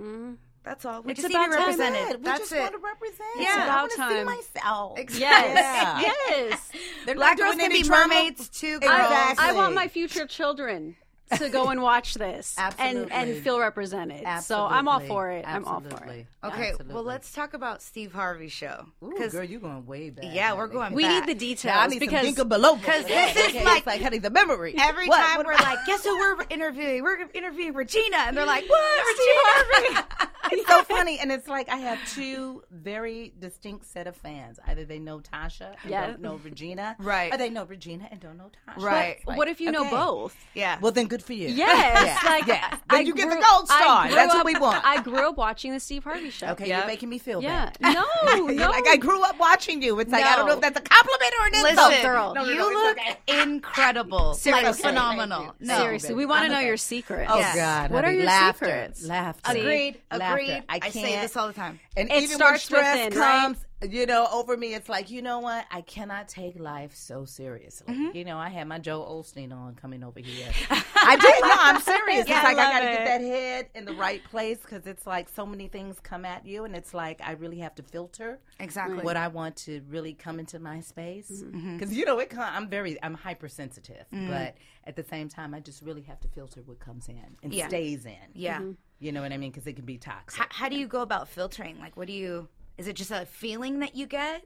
S2: That's all. We
S3: It's
S2: just need to
S3: about time.
S2: represent
S6: Good.
S2: it.
S6: We
S2: That's
S6: just
S2: it.
S6: want to represent.
S2: Yeah. It's
S3: about
S6: I want to see
S3: time.
S6: myself.
S3: Yes.
S6: Yeah.
S3: Yes.
S6: They're not
S2: Black
S6: doing
S2: girls can
S6: any
S2: be
S6: drama.
S2: mermaids too. Girls.
S3: I,
S6: Exactly.
S3: I want my future children to go and watch this and and
S6: Absolutely.
S3: feel represented. So I'm all
S6: Absolutely.
S3: for it. I'm all for it.
S6: Absolutely.
S2: Okay, well
S6: Absolutely.
S2: let's talk about Steve Harvey show
S6: Ooh, girl, you're going way back.
S2: yeah, we're going
S3: We
S2: back.
S3: need the
S6: Yeah, I
S3: details
S6: need
S3: because
S6: some Dinka below because
S2: this is like-
S6: like honey, the memory.
S2: Every
S6: What?
S2: time
S6: What
S2: we're
S6: about-
S2: like, guess who we're interviewing? We're interviewing Regina, and they're like, "What, Regina?"
S6: it's so funny, and it's like I have two very distinct set of fans. Either they know Tasha and
S3: Yeah.
S6: don't know Regina,
S2: Right.
S6: or they know Regina and don't know Tasha.
S2: Right.
S6: It's like,
S3: what if you know
S6: okay.
S3: both?
S2: Yeah.
S6: Well, then good for you.
S3: Yes,
S6: Yeah.
S3: like
S6: Yeah.
S3: I
S6: Then you get the
S3: grew-
S6: gold
S3: I
S6: star.
S3: grew
S6: That's what
S3: up-
S6: we want.
S3: I grew up watching the Steve Harvey Show.
S6: Okay, you're making me feel
S3: Yeah,
S6: bad.
S3: no, no.
S6: You're like I grew up watching you. It's like I don't know
S3: No.
S6: if that's a compliment or an insult.
S2: Listen,
S3: girl.
S2: you
S3: No, no,
S2: look incredible.
S3: Seriously.
S2: Like, phenomenal.
S6: Thank you.
S2: No.
S3: Seriously, we want to know your secrets.
S2: Oh,
S6: Oh
S2: Yes.
S6: God!
S3: What
S6: honey.
S3: are your
S6: laughter,
S3: secrets?
S6: Laughter.
S2: Agreed.
S6: Laughter.
S2: Agreed.
S6: I
S2: I
S6: can't.
S2: say this all the time.
S6: And
S3: It
S6: even
S3: starts
S6: when stress
S3: within, right?
S6: comes, you know, over me, it's like, you know what? I cannot take life so seriously.
S3: Mm-hmm.
S6: You know, I had my Joe Olstein on coming over here. I did. No, I'm serious.
S3: Yeah,
S6: it's like I,
S3: love
S6: got to get
S3: it.
S6: that head in the right place because it's like so many things come at you, and it's like I really have to filter
S2: Exactly.
S6: what I want to really come into my space because
S2: Mm-hmm.
S6: you know it. Come, I'm very, I'm hypersensitive, but at the same time, I just really have to filter what comes in and
S2: Yeah.
S6: stays in.
S2: Yeah.
S6: You know what I mean? Because it can be toxic.
S2: How, how do you go about filtering? Like, what do you? Is it just a feeling that you get?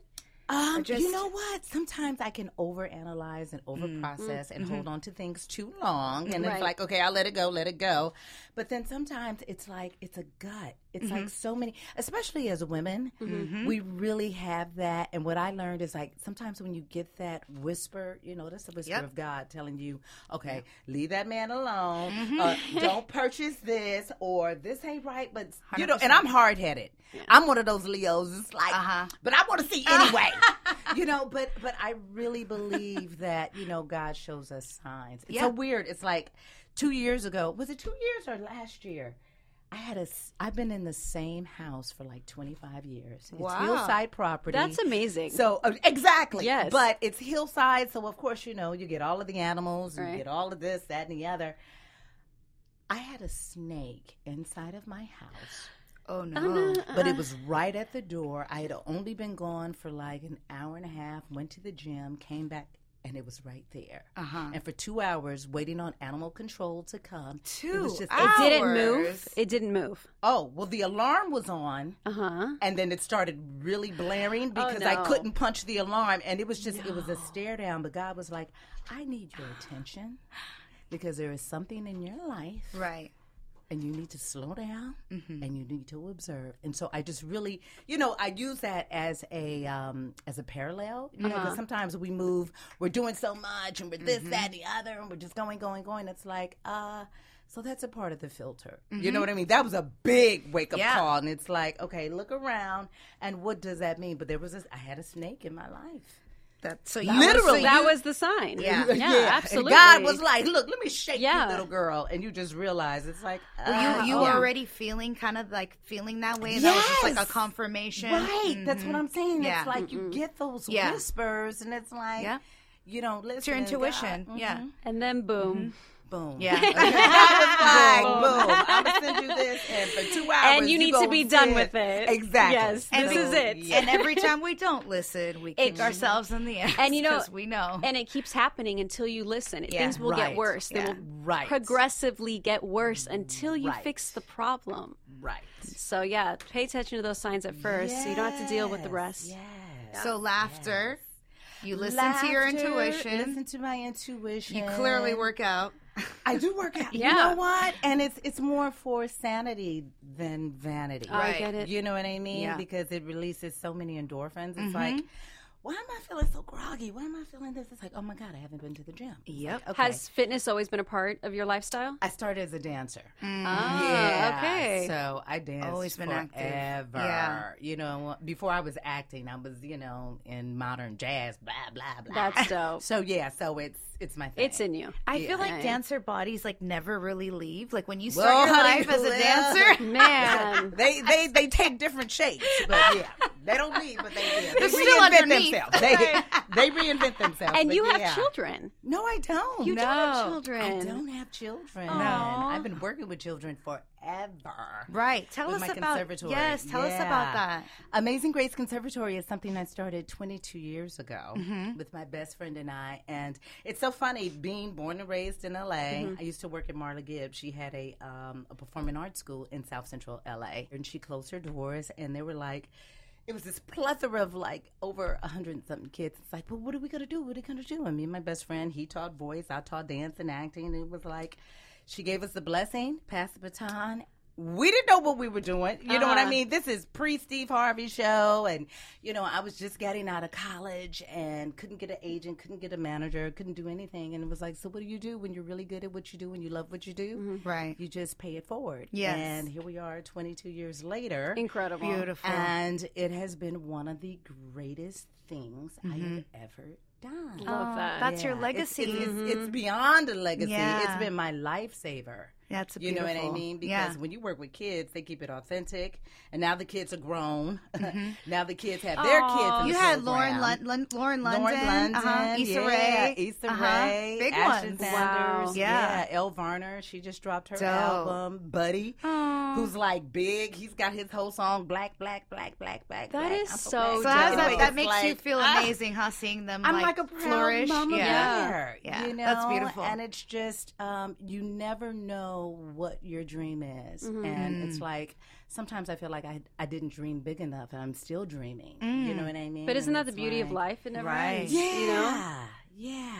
S6: Um, you
S2: just- Mm,
S6: know what? Sometimes I can overanalyze and overprocess and
S2: mm-hmm.
S6: hold on to things too long, and it's
S3: Right.
S6: like, okay, I'll let it go, let it go. But then sometimes it's like it's a gut. It's
S2: Mm-hmm.
S6: like so many, especially as women, we really have that. And what I learned is like sometimes when you get that whisper, you know, that's the whisper
S2: Yep.
S6: of God telling you, okay, leave that man alone,
S2: Mm-hmm.
S6: uh, don't purchase this, or this ain't right. But you know, and I'm hard headed. I'm one of those Leos. It's like,
S2: Uh-huh.
S6: but I want to see anyway. you know, but but I really believe that you know God shows us signs. It's
S2: Yeah.
S6: so weird. It's like two years ago. Was it two years or last year? I had a. s- I've been in the same house for like 25 years.
S2: Wow.
S6: It's hillside property.
S3: That's amazing.
S6: So uh, exactly.
S3: Yes.
S6: But it's hillside, so of course you know you get all of the animals, you
S3: Right.
S6: get all of this, that, and the other. I had a snake inside of my house
S2: Oh no.
S6: but it was right at the door. I had only been gone for like an hour and a half, went to the gym, came back, and it was right there.
S2: Uh-huh.
S6: And for two hours, waiting on animal control to come. It
S2: Two
S6: was just,
S3: it didn't
S2: hours.
S3: move. It didn't move.
S6: oh, well, the alarm was on.
S3: Uh huh.
S2: Uh-huh.
S6: And then it started really
S2: Oh,
S6: blaring because I
S3: no.
S6: couldn't punch the alarm. And it was just, it was a stare down. But God was like, I need your attention because there is something in your life
S2: Right.
S6: and you need to slow down
S2: Mm-hmm.
S6: and you need to observe and so i just really you know i use that as a um as a parallel you know,
S2: Uh-huh.
S6: 'cause sometimes we move we're doing so much and we're this
S2: Mm-hmm.
S6: that and the other and we're just going going going it's like uh so that's a part of the filter you know what i mean that was a big wake up
S2: Mm-hmm. Yeah.
S6: call and it's like okay look around and what does that mean but there was this i had a snake in my life
S2: That so you
S6: Literally.
S2: so
S3: that
S2: you-
S3: was the sign.
S2: Yeah.
S3: yeah,
S6: And
S3: absolutely.
S6: god was like look let me shake
S3: Yeah.
S6: you little girl and you just realize it's like
S2: Were
S6: ah,
S2: you you
S6: okay.
S2: already feeling kind of like feeling that way, and that was just like
S6: Yes.
S2: a confirmation. Mm-hmm.
S6: Right. That's what I'm saying.
S2: Yeah.
S6: It's like you get those
S2: Yeah.
S6: whispers and it's like
S2: Yeah.
S6: you don't listen.
S2: It's your
S6: to God. Mm-hmm.
S2: intuition. Yeah.
S3: and then boom,
S6: Boom.
S2: Yeah.
S6: I was like, boom. I'm gonna send you this and for two hours.
S3: and you need to
S6: gonna
S3: be done
S6: sit-
S3: with it.
S6: Exactly.
S3: Yes, this
S6: So,
S3: is it.
S6: yeah.
S2: And every time we don't listen, we kick ourselves in the ass.
S3: And you know-
S2: 'cause we know.
S3: And it keeps happening until you listen. Things will
S6: Right.
S3: get worse. They
S2: Yeah.
S3: will
S6: Right.
S3: progressively get worse until you
S6: Right.
S3: fix the problem.
S6: Right.
S3: So yeah, pay attention to those signs at first, so you don't have to deal with the
S6: Yes,
S3: rest.
S6: Yes.
S2: so laughter. You listen to your
S6: Laughter,
S2: intuition.
S6: Listen to my intuition.
S2: You clearly work out.
S6: I do work out. You
S3: Yeah.
S6: know what? And it's it's more for sanity than vanity.
S2: Right.
S3: I get it.
S6: You know what I mean?
S2: Yeah.
S6: Because it releases so many endorphins. It's
S3: Mm-hmm.
S6: like, why am I feeling so groggy? Why am I feeling this? It's like, oh my God, I haven't been to the gym.
S2: Yep.
S6: Okay.
S3: Has fitness always been a part of your lifestyle?
S6: I started as a dancer.
S3: Ah,
S6: Yeah.
S3: okay.
S6: So I danced
S2: Always been
S6: forever.
S2: active. Yeah.
S6: You know, before I was acting, I was, you know, in modern jazz, blah, blah, blah.
S3: That's dope.
S6: So yeah, so it's it's my thing.
S3: it's in you.
S2: I feel like dancer bodies like never really leave. Like when you start
S6: Well,
S2: your
S6: honey,
S2: life as a
S6: well.
S2: dancer,
S3: Man,
S6: They they they take different shapes, but yeah, they don't leave, but they yeah, they
S2: They're still
S6: reinvent
S2: underneath.
S6: themselves. They, they reinvent themselves.
S3: and
S6: but
S3: you have
S6: yeah.
S3: children.
S6: No, I don't.
S3: You
S6: no.
S3: do have
S6: I
S3: children.
S6: don't have children.
S3: Aw.
S6: I've been working with children forever.
S2: right? Tell
S6: With
S2: us
S6: my
S2: about
S6: conservatory.
S2: yes. Tell us
S6: Yeah.
S2: about that.
S6: Amazing Grace Conservatory is something I started 22 years ago with my best friend and I. And it's so funny being born and raised in LA. I used to work at Marla Gibbs. She had a, um, a performing arts school in South Central LA. And she closed her doors, and they were like, it was this plethora of like over a hundred and something kids. It's like, well, what are we gonna do? What are we gonna do? And me and my best friend, he taught voice, I taught dance and acting. And it was like, she gave us the blessing, passed the baton, we didn't know what we were doing. You know what I mean? This is pre Steve Harvey show. And, you know, I was just getting out of college and couldn't get an agent, couldn't get a manager, couldn't do anything. And it was like, so what do you do when you're really good at what you do and you love what you do?
S2: Right.
S6: You just pay it forward.
S2: Mm-hmm. Yes.
S6: And here we are 22 years later.
S3: Incredible.
S2: Beautiful.
S6: And it has been one of the greatest things I have ever done.
S3: Love that.
S2: That's Mm-hmm. your
S6: It's,
S2: legacy. Mm-hmm.
S6: it's, it's, it's beyond a legacy.
S2: Yeah.
S6: It's been my lifesaver.
S2: That's a
S6: You know
S2: beautiful.
S6: what I mean? Because
S2: yeah.
S6: when you work with kids, they keep it authentic. And now the kids are grown. now the kids have their kids. In
S2: Mm-hmm. you
S6: the
S2: had
S6: program.
S2: Lauren, Lon- Lon- Lauren London,
S6: Lauren London,
S2: uh-huh, Issa
S6: yeah,
S2: Rae,
S6: Issa
S2: uh-huh,
S6: Rae,
S2: big
S6: Ashton
S2: ones.
S6: Sanders,
S3: Wow.
S2: Yeah.
S6: yeah. Elle Varner, she just dropped her
S2: Dope.
S6: album, Buddy, who's like big. He's got his whole song, Black, Black, Black, Black, Black.
S3: That
S6: That is
S3: is so
S2: So how's
S3: Anyway,
S2: that? That
S6: it's
S2: makes you
S6: like, ah,
S2: feel amazing, huh? Seeing them
S6: I'm
S2: like,
S6: like, a proud
S2: flourish.
S6: mama
S2: yeah.
S6: bear,
S2: Yeah.
S6: you know?
S2: That's beautiful.
S6: And it's just um, you never know what your dream is,
S3: Mm-hmm.
S6: and
S2: Mm-hmm.
S6: it's like sometimes I feel like I I didn't dream big enough, and I'm still dreaming. You know what I mean?
S3: Mm. But isn't that
S6: And
S3: the
S6: it's
S3: beauty of
S6: like-
S3: life? It never
S2: Right.
S3: ends.
S6: Yeah,
S3: You know?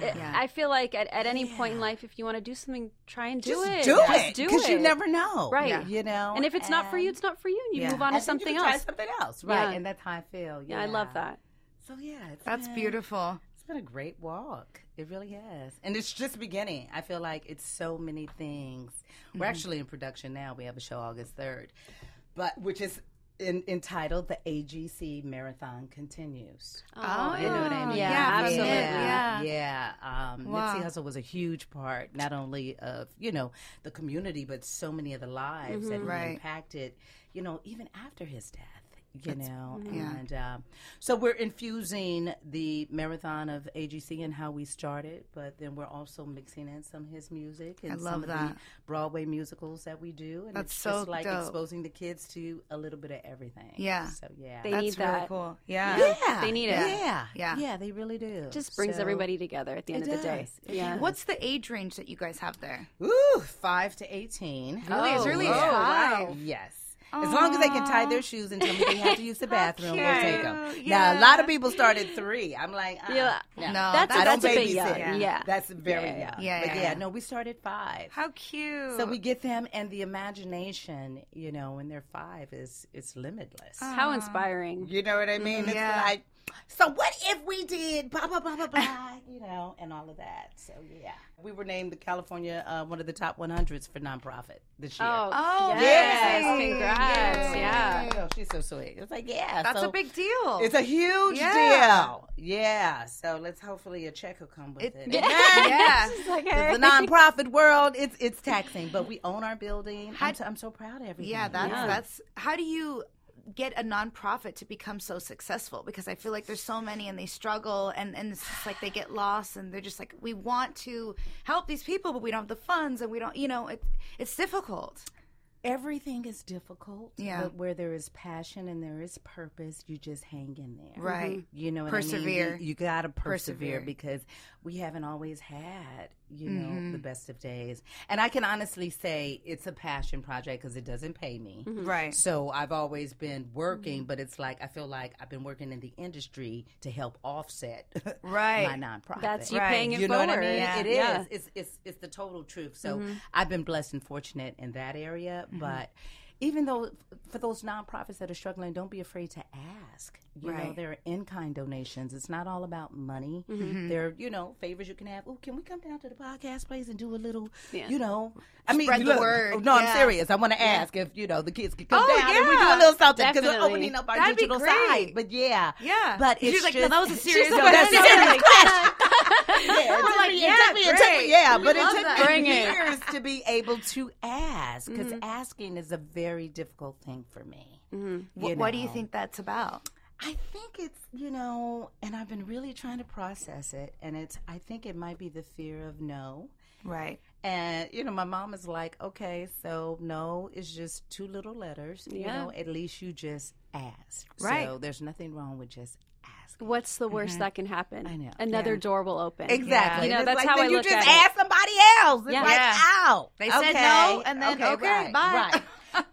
S6: yeah.
S3: I feel like at, at any point in life, if you want to do something, try and do it.
S6: do
S3: Just
S6: it
S3: do
S6: because you
S3: it.
S6: never know,
S3: Right. Yeah.
S6: You know,
S3: And if it's not for you, it's not for you, and you
S2: Yeah.
S3: move on
S6: I
S3: to
S6: think you
S3: something
S6: can try
S3: else.
S6: something else, right?
S3: Yeah.
S6: And that's how I feel.
S3: Yeah, I love that.
S6: So yeah, it's
S2: That's
S6: been-
S2: beautiful.
S6: It's been a great walk. It really has. And it's just beginning. I feel like it's so many things. We're actually in production now. We have a show August 3rd, but which is in, entitled The AGC Marathon Continues.
S2: Oh,
S6: You know what I mean?
S3: Yeah,
S2: yeah,
S3: absolutely.
S2: Yeah.
S6: Yeah. yeah. Um,
S2: Wow.
S6: Nipsey Hussle was a huge part, not only of, you know, the community, but so many of the lives that he
S2: Mm-hmm. Right.
S6: impacted, you know, even after his death. You know,
S2: mm-hmm.
S6: and um, so we're infusing the marathon of AGC and how we started, but then we're also mixing in some of his music and
S2: love
S6: some of
S2: that.
S6: the Broadway musicals that we do. And
S2: That's
S6: it's
S2: so
S6: just like
S2: dope.
S6: exposing the kids to a little bit of everything.
S2: Yeah.
S6: So yeah,
S3: They
S2: That's
S3: need
S2: really
S3: that.
S2: cool. Yeah.
S6: yeah,
S3: They need it.
S6: Yeah,
S2: Yeah.
S6: yeah, they really do.
S3: Just brings
S6: So-
S3: everybody together at the end
S6: It
S3: of the day.
S6: does. It
S3: yeah.
S2: What's the age range that you guys have there?
S6: Ooh, five to eighteen.
S2: Really, as
S3: Oh,
S2: early
S3: wow.
S2: as five.
S6: Yes. As long as they can tie their shoes and tell me they have to use the bathroom, we'll take them. Now, a lot of people start at three. I'm like, uh,
S3: Yeah.
S2: No,
S3: That's,
S6: I don't
S3: that's a bit
S6: babysit.
S3: young. Yeah.
S6: That's very young.
S2: Yeah,
S6: but
S2: yeah,
S6: yeah,
S2: yeah.
S6: no, we start at five.
S2: How cute.
S6: so we get them, and the imagination, you know, when they're five is it's limitless.
S3: How inspiring.
S6: You know what I mean?
S2: yeah.
S6: It's like, so what if we did blah, blah, blah, blah, blah, you know, and all of that. So, yeah. We were named the California, uh, one of the top 100s for nonprofit this year.
S3: Oh,
S2: Oh,
S3: yes.
S2: yay.
S3: Congrats.
S2: Yay.
S3: Yeah.
S6: Oh, she's so sweet. It's like, yeah.
S2: That's
S6: so
S2: a big deal.
S6: It's a huge
S2: Yeah.
S6: deal. Yeah. So let's hopefully a check will come with it.
S2: yeah.
S6: The nonprofit world, it's it's taxing, but we own our building. I'm so, I'm so proud of everything.
S2: Yeah, that's that's how do you get a nonprofit to become so successful? Because I feel like there's so many and they struggle and, and it's just like they get lost and they're just like, We want to help these people but we don't have the funds and we don't you know, it it's difficult.
S6: everything is difficult.
S2: Yeah.
S6: But where there is passion and there is purpose, you just hang in there. Mm-hmm.
S2: Right.
S6: You know, what I
S2: Persevere.
S6: mean? You, you gotta
S2: Persevere.
S6: persevere, because we haven't always had, you know,
S2: Mm-hmm.
S6: the best of days. And I can honestly say it's a passion project because it doesn't pay me.
S2: Right.
S6: So I've always been
S2: Mm-hmm.
S6: working, but it's like I feel like I've been working in the industry to help offset
S2: Right.
S6: my nonprofit.
S3: That's you
S2: Right.
S3: paying it
S6: You know
S3: forward.
S6: what I mean? It is.
S3: Yeah.
S6: It's, it's it's the total truth. So
S2: Mm-hmm.
S6: I've been blessed and fortunate in that area. But even though for those nonprofits that are struggling, don't be afraid to ask. You know,
S2: Right.
S6: there are in kind donations. It's not all about money.
S2: Mm-hmm.
S6: There are, you know, favors you can have. Oh, can we come down to the podcast place and do a little you know I mean
S2: Spread the word.
S6: No,
S2: Yeah.
S6: I'm serious. I wanna ask if, you know, the kids could come
S2: Oh,
S6: down and we do
S2: yeah.
S6: a little something because we're
S3: Definitely.
S6: opening up our
S2: That'd be
S6: digital
S2: great.
S6: side. But yeah.
S2: Yeah.
S6: But
S2: She's
S6: it's
S2: like, no,
S6: just,
S2: that was a serious
S6: She's like,
S2: question.
S6: "That's a serious question." Yeah, it
S2: We're
S6: took
S2: like,
S6: me-
S2: yeah,
S6: it took me, it took me-
S2: great.
S6: yeah,
S2: We
S6: but it
S2: love
S6: took
S2: that.
S6: me
S3: Bring it.
S6: years to be able to ask because
S2: Mm-hmm.
S6: asking is a very difficult thing for me.
S2: Wh- what do you think that's about?
S6: I think it's you know, and I've been really trying to process it, and it's I think it might be the fear of no.
S2: Right.
S6: And you know, my mom is like, okay, so no is just two little letters.
S3: Yeah.
S6: You know, at least you just asked.
S2: Right.
S6: So there's nothing wrong with just asking.
S3: What's the worst that can happen? I
S6: Mm-hmm. know.
S3: Another door will open.
S6: Exactly.
S3: You know,
S6: And it's
S3: that's
S6: like,
S3: how
S6: then
S3: I
S6: you
S3: look
S6: just
S3: at it.
S6: ask somebody else. It's
S3: Yeah.
S6: like,
S2: Yeah.
S6: ow.
S2: They said no, and then, okay,
S6: right,
S2: bye.
S6: Right.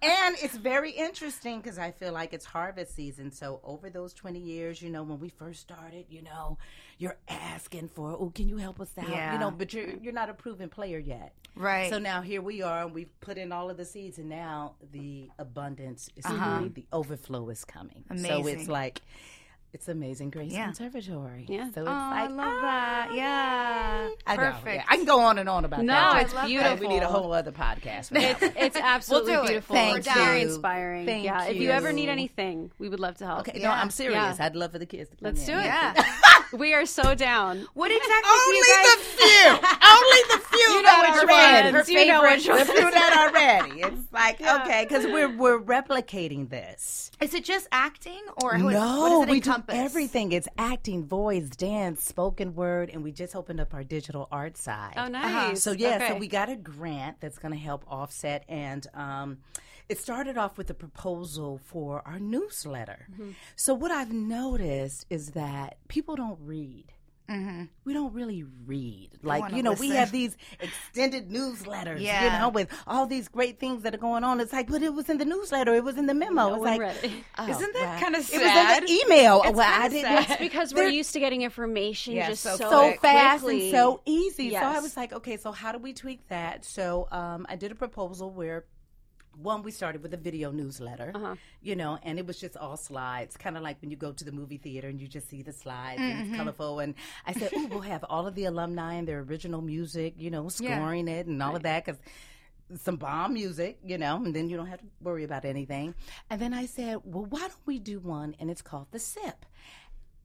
S6: and it's very interesting because I feel like it's harvest season. So over those twenty years, you know, when we first started, you know, you're asking for, oh, can you help us out?
S2: Yeah.
S6: You know, but you're you're not a proven player yet.
S2: Right.
S6: So now here we are, and we've put in all of the seeds, and now the abundance is coming, the overflow is coming. So
S2: Amazing.
S6: it's like. It's amazing, Grace Conservatory. Yeah. So it's
S2: I
S6: like
S2: love that. Yeah.
S6: I know, yeah.
S2: "Ah, Perfect.
S6: I can go on and on about
S3: No,
S6: that.
S3: it's
S6: Hey,
S3: beautiful.
S6: We need a whole other podcast. for that.
S3: It's absolutely
S2: do it.
S3: beautiful.
S2: Thank
S3: it's very
S6: you.
S3: inspiring.
S6: Thank
S3: yeah. If you
S6: you.
S3: ever need anything, we would love to help.
S6: okay, no, I'm serious. I'd love for the kids to come
S3: Let's
S6: in.
S3: do it.
S2: Yeah.
S3: We are so down.
S2: What exactly do
S6: Only
S2: you guys
S6: the few. Only the few
S3: You know
S6: that
S3: which
S6: are ready.
S3: ones. You know which
S6: The few
S3: ones.
S6: that are ready. It's like okay, because we're we're replicating this.
S2: Is it just acting or what,
S6: no,
S2: what does it
S6: we
S2: encompass?
S6: do everything. It's acting, voice, dance, spoken word, and we just opened up our digital art side.
S3: Oh, nice.
S6: Uh-huh. So yeah, so
S3: Okay.
S6: we got a grant that's going to help offset, and um, it started off with a proposal for our newsletter.
S2: Mm-hmm.
S6: So what I've noticed is that people don't read. We don't really read. Like,
S2: Mm-hmm. wanna
S6: you know, we
S2: listen.
S6: have these extended newsletters,
S2: Yeah.
S6: you know, with all these great things that are going on. It's like, but it was in the newsletter, it was in the memo. it's
S3: one
S6: like,
S3: read it.
S6: oh,
S2: Isn't that
S6: well,
S2: kinda
S6: It was in
S2: sad?
S6: the email.
S2: It's
S6: well,
S2: kinda
S6: I didn't.
S2: sad.
S3: Because we're used to getting information
S2: Yeah,
S3: just
S2: so
S3: so,
S6: so fast
S3: quickly. Uh,
S6: and so easy. So I
S3: Yes.
S6: was like, okay, so how do we tweak that? So um, I did a proposal where one we started with a video newsletter
S3: Uh-huh.
S6: you know and it was just all slides kind of like when you go to the movie theater and you just see the slides and it's
S3: Mm-hmm.
S6: colorful and i said oh we'll have all of the alumni and their original music you know scoring it and all of that because some bomb music you know and then you don't have to worry about anything and then i said well why don't we do one and it's called the sip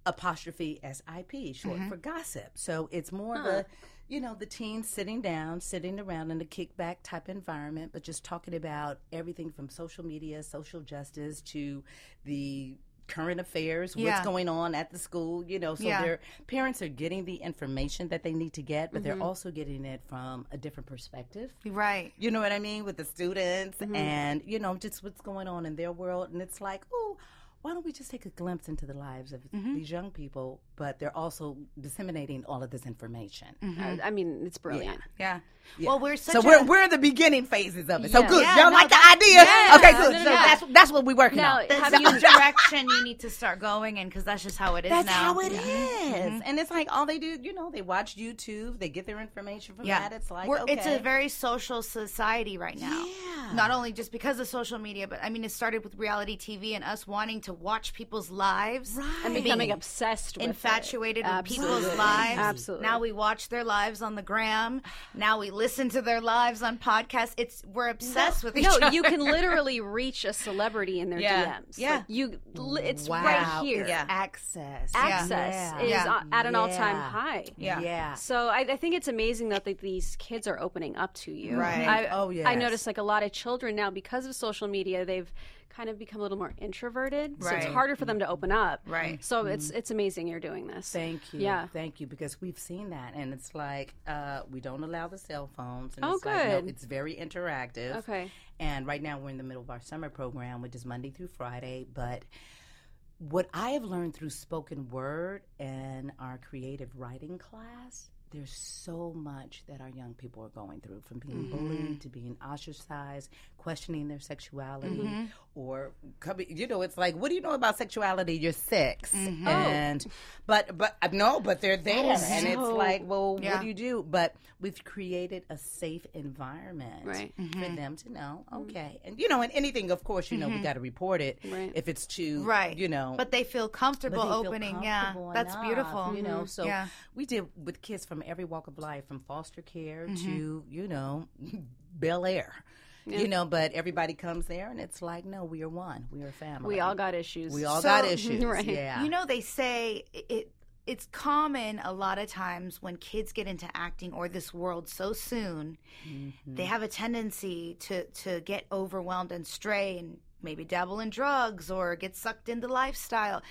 S6: apostrophe SIP, short
S2: Mm-hmm.
S6: for gossip. So it's more of the, you know, the teens sitting down, sitting around in a kickback type environment, but just talking about everything from social media, social justice to the current affairs,
S2: Yeah.
S6: what's going on at the school, you know. So
S2: Yeah.
S6: their parents are getting the information that they need to get, but
S2: Mm-hmm.
S6: they're also getting it from a different perspective
S2: Right.
S6: you know what I mean, with the students
S2: Mm-hmm.
S6: and, you know, just what's going on in their world. And it's like, oh, why don't we just take a glimpse into the lives of
S2: Mm-hmm.
S6: these young people, but they're also disseminating all of this information.
S2: Mm-hmm.
S3: Uh, I mean, it's brilliant.
S2: Yeah. Well, we're such
S6: So
S2: a,
S6: we're, we're in the beginning phases of it. So good.
S2: Yeah,
S6: Y'all
S2: no,
S6: like
S2: that-
S6: the idea?
S2: yeah.
S6: Okay, good.
S2: No, no,
S6: so
S2: no.
S6: That's, that's what we're working
S3: Now,
S6: on.
S3: have
S2: that's
S3: you
S2: the direction you need to start going in because that's just how it is
S6: That's
S2: now.
S6: how it is,
S2: Mm-hmm.
S6: And it's like all they do, you know, they watch YouTube, they get their information from that. It's like,
S2: We're-
S6: okay.
S2: it's a very social society right now. Yeah. Not only just because of social media, but I mean, it started with reality TV and us wanting to watch people's lives.
S3: And becoming obsessed with it.
S2: infatuated with people's
S3: Absolutely.
S2: lives.
S3: Absolutely.
S2: Now we watch their lives on the gram. Now we listen to their lives on podcasts. It's we're obsessed with each
S3: no,
S2: other.
S3: you can literally reach a celebrity in their
S2: Yeah.
S3: DMs.
S2: Yeah.
S3: Like, you, li- it's
S6: wow.
S3: right here.
S2: Yeah.
S6: access.
S3: Access is
S2: Yeah.
S3: on- at an all-time
S6: Yeah.
S3: high.
S2: Yeah.
S6: yeah.
S3: So I, I think it's amazing though that these kids are opening up to you.
S2: Right.
S3: I,
S6: Oh,
S3: I
S6: yes.
S3: noticed like a lot of children now because of social media, they've kind of become a little more introverted. So it's
S2: Right.
S3: harder for them to open up.
S2: Right.
S3: So it's
S6: Mm-hmm.
S3: it's amazing you're doing this.
S6: Thank you.
S3: Yeah.
S6: Thank you. Because we've seen that. And it's like, uh, we don't allow the cell phones. And
S3: Oh,
S6: it's like, no,
S3: good.
S6: it's very interactive.
S3: Okay.
S6: And right now we're in the middle of our summer program, which is Monday through Friday. But what I have learned through spoken word and our creative writing class, there's so much that our young people are going through from being
S3: Mm-hmm.
S6: bullied to being ostracized, questioning their sexuality,
S3: Mm-hmm.
S6: or coming, you know, it's like, what do you know about sexuality? You're 6
S3: Mm-hmm.
S6: And, but, but, uh, no, but they're there. And it's like, well,
S2: Yeah.
S6: what do you do? But we've created a safe environment
S3: Right. Mm-hmm.
S6: for them to know, okay. And, you know, and anything, of course, you know, we got to report it
S3: Right.
S6: if it's too,
S2: right.
S6: you know.
S2: but they feel
S6: But
S2: comfortable
S6: they feel
S2: opening.
S6: comfortable
S2: yeah, that's
S6: enough,
S2: beautiful. Mm-hmm.
S6: You know, so
S2: yeah.
S6: we did with kids from every walk of life, from foster care
S2: Mm-hmm.
S6: to you know, Bel Air. You know, but everybody comes there, and it's like, no, we are one. We are family.
S3: We all got issues.
S6: we all
S2: So-
S6: got issues.
S3: Right.
S6: Yeah,
S2: You know, they say i- it. It's common a lot of times when kids get into acting or this world so soon,
S6: Mm-hmm.
S2: they have a tendency to to get overwhelmed and stray and maybe dabble in drugs or get sucked into lifestyle.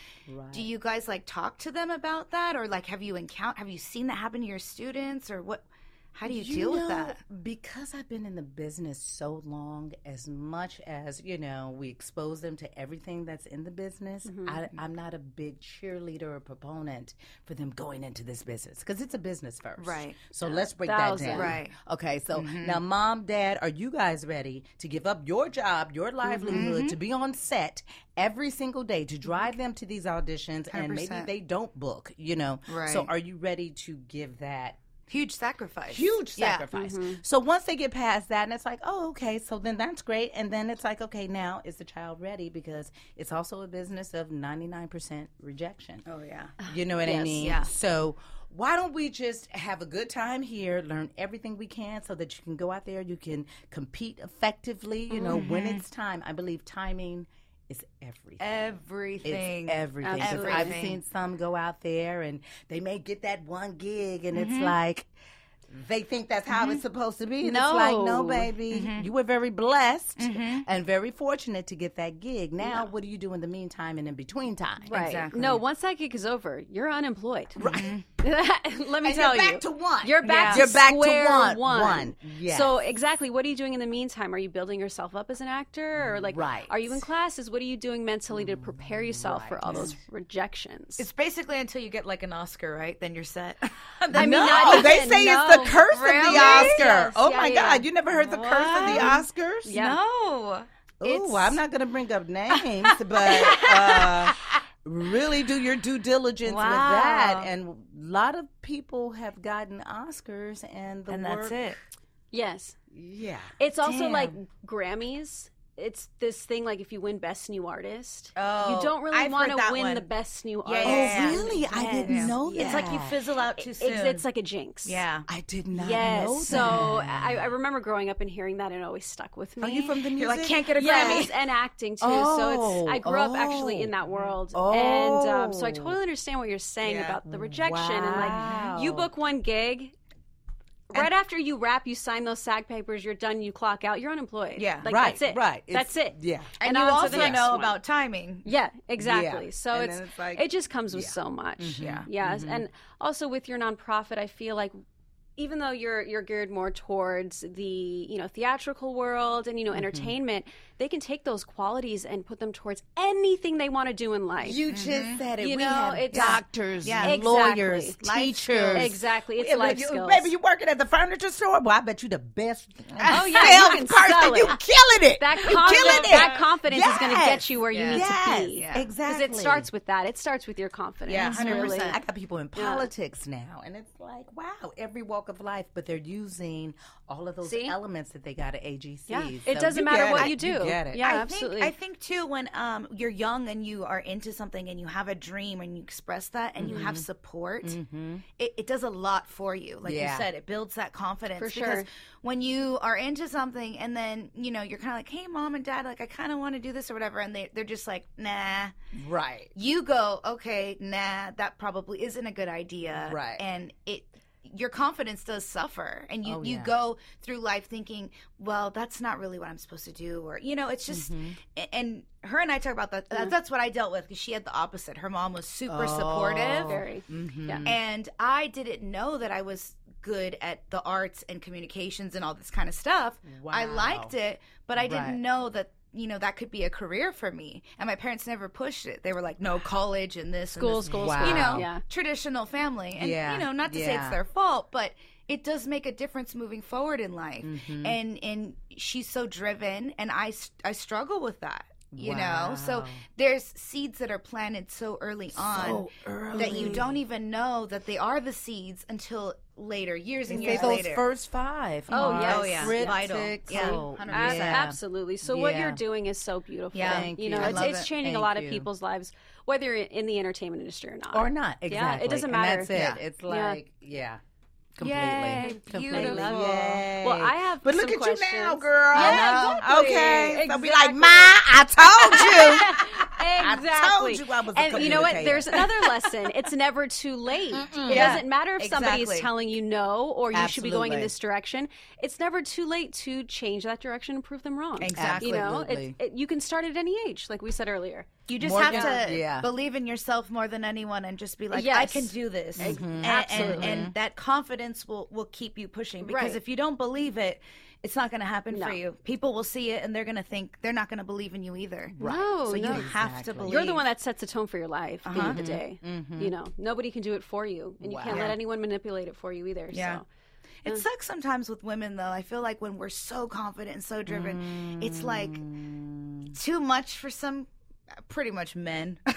S2: Do you guys like talk to them about that or like have you encounter have you seen that happen to your students or what? How do you, deal with
S6: know,
S2: that?
S6: Because I've been in the business so long, as much as, you know, we expose them to everything that's in the business,
S2: Mm-hmm.
S6: I, I'm not a big cheerleader or proponent for them going into this business because it's a business first.
S2: Right.
S6: So let's break
S3: Thousand.
S6: that down.
S2: Right. Mm-hmm.
S6: Okay. So now, mom, dad, are you guys ready to give up your job, your livelihood,
S2: Mm-hmm.
S6: to be on set every single day, to drive them to these auditions, and maybe
S2: 100%.
S6: they don't book, you know? So
S2: Right.
S6: are you ready to give that?
S2: Huge sacrifice.
S6: huge
S2: Yeah. Mm-hmm.
S6: sacrifice. So once they get past that, and it's like, oh, okay, so then that's great. And then it's like, okay, now is the child ready? Because it's also a business of 99% rejection.
S2: Oh yeah.
S6: You know what I
S3: Yes.
S6: mean?
S2: Yeah.
S6: So why don't we just have a good time here, learn everything we can so that you can go out there, you can compete effectively, you know, when
S2: Mm-hmm.
S6: it's time. I believe timing is everything.
S2: Everything.
S6: It's everything. 'Cause I've
S2: Everything.
S6: seen some go out there and they may get that one gig and
S3: Mm-hmm.
S6: it's like they think that's how it's supposed to be. And It's like, no,
S3: No. Mm-hmm.
S6: baby, you were very blessed and very fortunate to get that gig. Now, what do you do in the meantime and in between time?
S3: Right.
S2: Exactly.
S3: No, once that gig is over, you're unemployed. Right. Let me
S6: And
S3: tell
S6: you're back
S3: you.
S6: to one.
S3: You're back
S6: Yeah.
S3: to
S6: You're back to
S3: square
S6: one.
S3: one.
S6: One. Yes.
S3: So exactly, what are you doing in the meantime? Are you building yourself up as an actor, or like,
S6: Right.
S3: are you in classes? What are you doing mentally to prepare yourself for all those rejections?
S2: It's basically until you get like an Oscar, right? Then you're set.
S3: I mean,
S6: No,
S3: not
S6: they
S3: even,
S6: say
S3: no.
S6: it's the curse of
S2: Really?
S6: the Oscar.
S3: Yes.
S6: Oh
S3: Yeah,
S6: my
S3: yeah, yeah.
S6: God, you never heard the curse of the Oscars?
S3: Yeah.
S2: no.
S6: Ooh, I'm not going to bring up names, but uh, really do your due diligence with that.
S2: Wow.
S6: And a lot of people have gotten Oscars, and the
S2: And that's
S6: work-
S2: it.
S3: yes.
S6: Yeah,
S3: It's also like Grammys. It's this thing like if you win Best New Artist,
S2: Oh,
S3: you don't really
S2: I've
S3: want
S2: heard
S3: to
S2: that
S3: win
S2: one.
S3: the Best New
S2: Yeah,
S3: Artist.
S2: yeah,
S6: Oh, really? I didn't know
S3: Yes.
S6: that.
S3: It's like you
S2: Fizzle out too soon.
S3: It's, it's like a jinx.
S2: yeah.
S6: I did not
S3: Yes.
S6: know
S3: So
S6: that.
S3: I, I remember growing up and hearing that, and it always stuck with me.
S6: are you from the music?
S2: You're like can't get a
S3: Yes,
S2: Grammy.
S3: and acting too. so
S6: Oh,
S3: it's I grew up actually
S6: oh.
S3: in that world, and um, so I
S6: Oh.
S3: totally understand what you're saying
S2: Yeah.
S3: about the rejection and like you
S6: Wow.
S3: book one gig. Right after you wrap, you sign those SAG papers. You're done. You clock out. You're unemployed.
S2: Yeah.
S3: like
S6: Right,
S3: that's it.
S6: right. It's-
S3: that's it.
S6: yeah.
S2: And,
S3: on
S2: you
S3: to
S2: also
S3: the
S2: know
S3: next one.
S2: about timing.
S3: Yeah, exactly. So
S6: And
S3: it's,
S6: then it's like- Mm-hmm.
S3: it just comes with so much. Yeah. Yes. And also with your nonprofit, I feel like even though you're you're geared more towards the, you know, theatrical world and you
S6: Mm-hmm.
S3: know, entertainment, they can take those qualities and put them towards anything they want to do in life.
S6: You just said it.
S3: Mm-hmm. You
S6: we
S3: know,
S6: have
S3: it's-
S6: doctors,
S2: Yeah.
S6: lawyers,
S3: Exactly. Life
S6: teachers.
S3: Exactly. It's
S6: Yeah,
S3: life
S6: you,
S3: skills.
S6: Baby, you working at the furniture store? Well, I bet you the best.
S3: Oh, yeah, you can sell
S6: You
S3: it.
S6: killing it.
S3: that
S6: you
S3: confidence,
S6: killing it.
S3: that confidence is going to
S6: Yes.
S3: get you where you need
S6: Yes,
S3: to be.
S6: yeah.
S3: Because it
S6: exactly.
S3: starts with that. It starts with your confidence.
S2: Yeah, 100%.
S3: really.
S6: I got people in politics now, and it's like, wow, every walk of life, but they're using all of those
S3: See?
S6: elements that they got at AGC.
S3: Yeah.
S6: So
S3: It doesn't
S6: you
S3: matter
S6: get
S3: what
S6: it.
S3: you do.
S6: get it.
S3: Yeah,
S2: I
S3: absolutely.
S2: Think, I think too when um, you're young and you are into something and you have a dream and you express that and you have support, it, it does a lot for you. Like
S6: Yeah.
S2: you said, it builds that confidence.
S3: For
S2: Because
S3: sure.
S2: when you are into something and then you know you're kind of like, hey, mom and dad, like I kind of want to do this or whatever, and they they're just like, nah.
S6: Right.
S2: You go, okay, nah, that probably isn't a good idea,
S6: Right.
S2: And it. Your confidence does suffer, and you,
S6: Oh,
S2: you
S6: yeah.
S2: go through life thinking, well, that's not really what I'm supposed to do, or you know, it's just
S6: Mm-hmm.
S2: a- and her and I talk about that.
S6: Mm.
S2: that- That's what I dealt with because she had the opposite. Her mom was super
S6: Oh.
S2: supportive,
S3: Very.
S6: Mm-hmm.
S3: Yeah.
S2: and I didn't know that I was good at the arts and communications and all this kind of stuff. I
S6: Wow.
S2: liked it, but I didn't
S6: Right.
S2: know that you know that could be a career for me. And my parents never pushed it. They were like, "No, college and this, and
S3: School,
S2: this."
S3: school,
S6: Wow.
S3: school.
S2: you know,
S3: yeah.
S2: traditional family. And,
S6: Yeah.
S2: you know, not to say it's
S6: Yeah.
S2: their fault, but it does make a difference moving forward in life.
S6: Mm-hmm.
S2: And and she's so driven, and I, s- I struggle with that. You know, so
S6: Wow.
S2: there's seeds that are planted so early on that you don't even know that they are the seeds until later, years and
S6: Say
S2: years
S6: those
S2: later.
S6: first five.
S3: Oh,
S6: are
S3: yes. Oh, yeah.
S2: Vital.
S6: critical.
S2: Yeah.
S3: Ab-
S2: Yeah.
S3: Absolutely. So what
S6: Yeah.
S3: you're doing is so beautiful.
S2: Yeah.
S6: Thank
S3: know,
S6: you. I
S3: it's,
S2: love
S3: it's
S2: it.
S3: changing
S6: Thank
S3: a lot
S6: you.
S3: of people's lives, whether you're in the entertainment industry or not.
S6: Or not,
S3: Yeah,
S6: exactly.
S3: it doesn't
S6: And
S3: matter.
S6: that's it.
S3: Yeah.
S6: It's
S3: Yeah.
S6: like, yeah. Completely.
S2: Yay,
S6: Completely.
S2: beautiful.
S6: Yay.
S3: Well, I have
S6: But
S3: some
S6: look at you now,
S3: questions.
S6: girl.
S3: Yeah, exactly.
S6: Okay. So be like,
S3: Exactly.
S6: Ma, I told you.
S3: Exactly.
S6: you I was a
S3: and you know what?
S6: communicator.
S3: There's another lesson. It's never too late. It
S2: Yeah,
S3: doesn't matter if somebody
S2: exactly.
S3: is telling you no or you should be going in
S6: Absolutely.
S3: this direction. It's never too late to change that direction and prove them wrong.
S2: Exactly.
S3: You know,
S6: Absolutely.
S3: it, it, you can start at any age, like we said earlier.
S2: You just
S6: Morgan-
S2: have to
S6: Yeah.
S2: believe in yourself more than anyone and just be like, I
S3: Yes. Mm-hmm.
S2: can do this. And,
S3: Absolutely.
S2: And, and that confidence will, will keep you pushing because
S3: Right.
S2: if you don't believe it, it's not going to happen for you. People will see it and they're going to think they're not going to believe in you either.
S3: No,
S2: So you
S3: no.
S2: have to believe.
S3: You're the one that sets the tone for your life at the end of the
S6: Uh-huh.
S3: day.
S6: Mm-hmm.
S3: You know, nobody can do it for you, and you can't let anyone manipulate it for you either.
S2: Yeah.
S3: So.
S2: It sucks sometimes with women, though. I feel like when we're so confident and so driven, it's like
S3: Mm.
S2: too much for some, pretty much men. but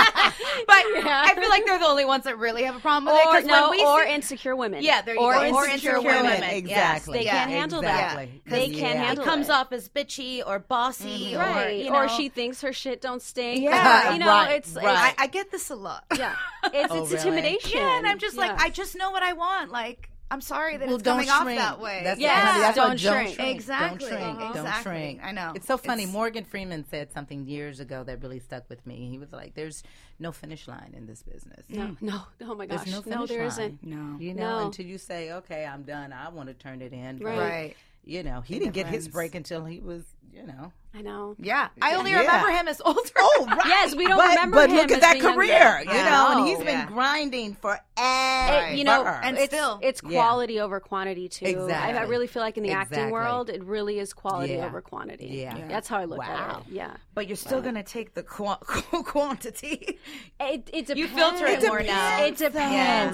S2: I feel like they're the only ones that really have a problem with it.
S3: Or
S2: 'cause
S3: no,
S2: when we
S3: or
S2: see-
S3: insecure women.
S2: Yeah, there you
S3: or
S2: go.
S3: Insecure women.
S6: Exactly.
S3: They
S2: Yeah,
S3: can't handle
S6: exactly.
S3: that. They
S6: Yeah.
S3: can't
S6: It
S3: handle
S2: it comes
S3: it.
S2: off as bitchy or bossy or
S3: right,
S2: you know,
S3: or she thinks her shit don't stink.
S2: Yeah.
S3: or, you know,
S6: Right,
S3: it's, it's-
S2: I,
S6: right.
S2: I get this a lot.
S3: yeah, it's
S6: Oh,
S3: it's
S6: really?
S3: intimidation.
S2: Yeah, and I'm just like,
S3: Yeah.
S2: I just know what I want. Like, I'm sorry that
S6: Well,
S2: it's
S6: don't
S2: coming off
S6: shrink.
S2: that way.
S6: That's
S3: Yeah.
S6: honey, that's
S3: Don't
S6: why
S3: shrink.
S2: Exactly.
S6: Don't shrink.
S2: Uh-huh.
S6: Don't
S2: Exactly.
S6: shrink.
S2: I know.
S6: It's so funny.
S2: It's-
S6: Morgan Freeman said something years ago that really stuck with me. He was like, "There's no finish line in this business.
S3: no, no, oh my gosh,
S6: There's no
S3: no,
S6: finish
S3: there
S6: line.
S3: isn't.
S2: No.
S6: You know,
S3: No.
S6: until you say, "Okay, I'm done. I want to turn it in." But,
S2: Right.
S6: You know, he didn't get his break until he was, you know.
S3: I know.
S2: Yeah. I only
S6: Yeah.
S2: remember him as older.
S6: Oh, right.
S3: Yes, we don't
S6: but,
S3: remember
S6: But
S3: him
S6: look at
S3: as
S6: that
S3: being younger.
S6: career, you
S3: I
S6: know, and
S3: know.
S6: he's been
S2: Yeah.
S6: grinding forever.
S3: Oh, you know,
S2: and
S3: it's,
S2: still.
S3: it's
S6: Yeah.
S3: quality over quantity too. I, I
S6: Exactly.
S3: really feel like in the
S6: Exactly.
S3: acting world, it really is quality
S6: Yeah.
S3: over quantity.
S6: Yeah. Yeah.
S3: that's how I look at
S6: Wow.
S3: it. Yeah,
S2: but you're still gonna take the qua- quantity.
S3: it, it depends.
S2: You filter it more now.
S3: It depends.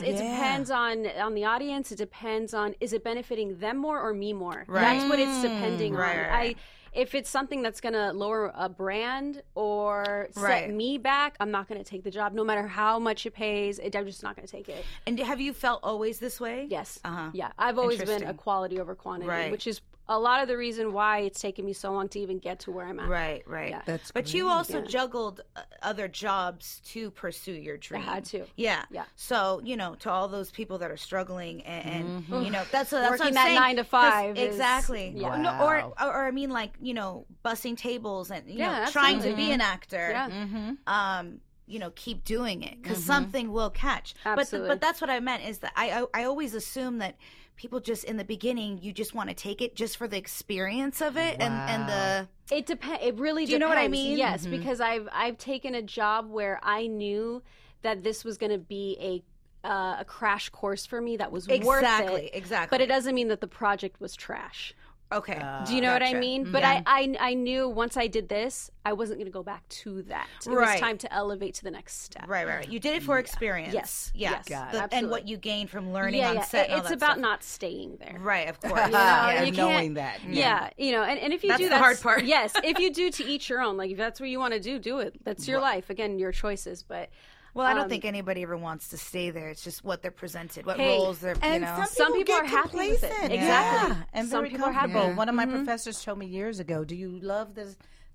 S6: Yeah.
S3: It
S6: Yeah.
S3: depends on on the audience. It depends on is it benefiting them more or me more. That's what it's depending
S2: Mm. Right,
S3: on.
S2: right,
S3: I. If it's something that's going to lower a brand or set
S2: Right.
S3: me back, I'm not going to take the job, no matter how much it pays. It, I'm just not going to take it.
S2: And have you felt always this way?
S3: Yes.
S2: Uh-huh.
S3: Yeah. I've always been a
S2: Interesting.
S3: quality over quantity,
S2: Right.
S3: which is a lot of the reason why it's taken me so long to even get to where I'm at.
S2: Right, right.
S3: Yeah.
S6: That's
S2: but you also juggled uh, other jobs to pursue your dream.
S3: had to.
S2: Yeah.
S3: Yeah.
S2: So, you know, to all those people that are struggling and, and you know, that's, that's what
S3: Working
S2: I'm
S3: that
S2: saying,
S3: nine to
S2: 'cause-
S3: five is-
S2: exactly.
S3: yeah.
S2: No, or,
S6: Wow.
S2: or or I mean like, you know, bussing tables and you
S3: Yeah,
S2: know, trying to
S3: absolutely.
S2: be an actor.
S3: Yeah. Mm-hmm.
S2: Um you know, keep doing it because something will catch.
S3: Absolutely.
S2: But but that's what I meant is that I, I I always assume that people just in the beginning you just want to take it just for the experience of it and and the
S3: It depends. It really.
S2: Do you know what I
S3: depends.
S2: mean? Mm-hmm.
S3: Yes, because I've I've taken a job where I knew that this was going to be a uh, a crash course for me that was worth
S2: Exactly,
S3: it.
S2: exactly.
S3: But it doesn't mean that the project was trash.
S2: Okay.
S3: Do you know what I mean?
S2: Mm-hmm.
S3: But I, I I knew once I did this, I wasn't going to go back to that. It
S2: Right.
S3: was time to elevate to the next step.
S2: Right, right, right. You did it for experience.
S3: Yes,
S2: yes,
S3: yes, Got it.
S2: The- and
S3: absolutely.
S2: what you gained from learning
S3: Yeah,
S2: on
S3: yeah.
S2: set. and all
S3: it's
S2: that
S3: about
S2: stuff.
S3: not staying there.
S2: right, of course.
S3: Yeah,
S2: yeah.
S3: you
S6: and
S3: can't-
S6: knowing that.
S3: Yeah. you know, and, and if you
S2: That's
S3: do
S2: the
S3: that's
S2: hard part.
S3: yes, if you do to each your own, like if that's what you want to do, do it. That's your life. Again, your choices, but
S2: Well,
S3: um,
S2: I don't think anybody ever wants to stay there. It's just what they're presented, what
S3: Hey,
S2: roles they're, you
S6: And
S2: know.
S3: Some people
S6: get
S3: are happy with it.
S6: complacent.
S3: Exactly.
S6: Yeah, And
S3: Some
S6: very
S3: people are happy. Mm-hmm.
S6: comfortable. One of my professors told me years ago, do you love the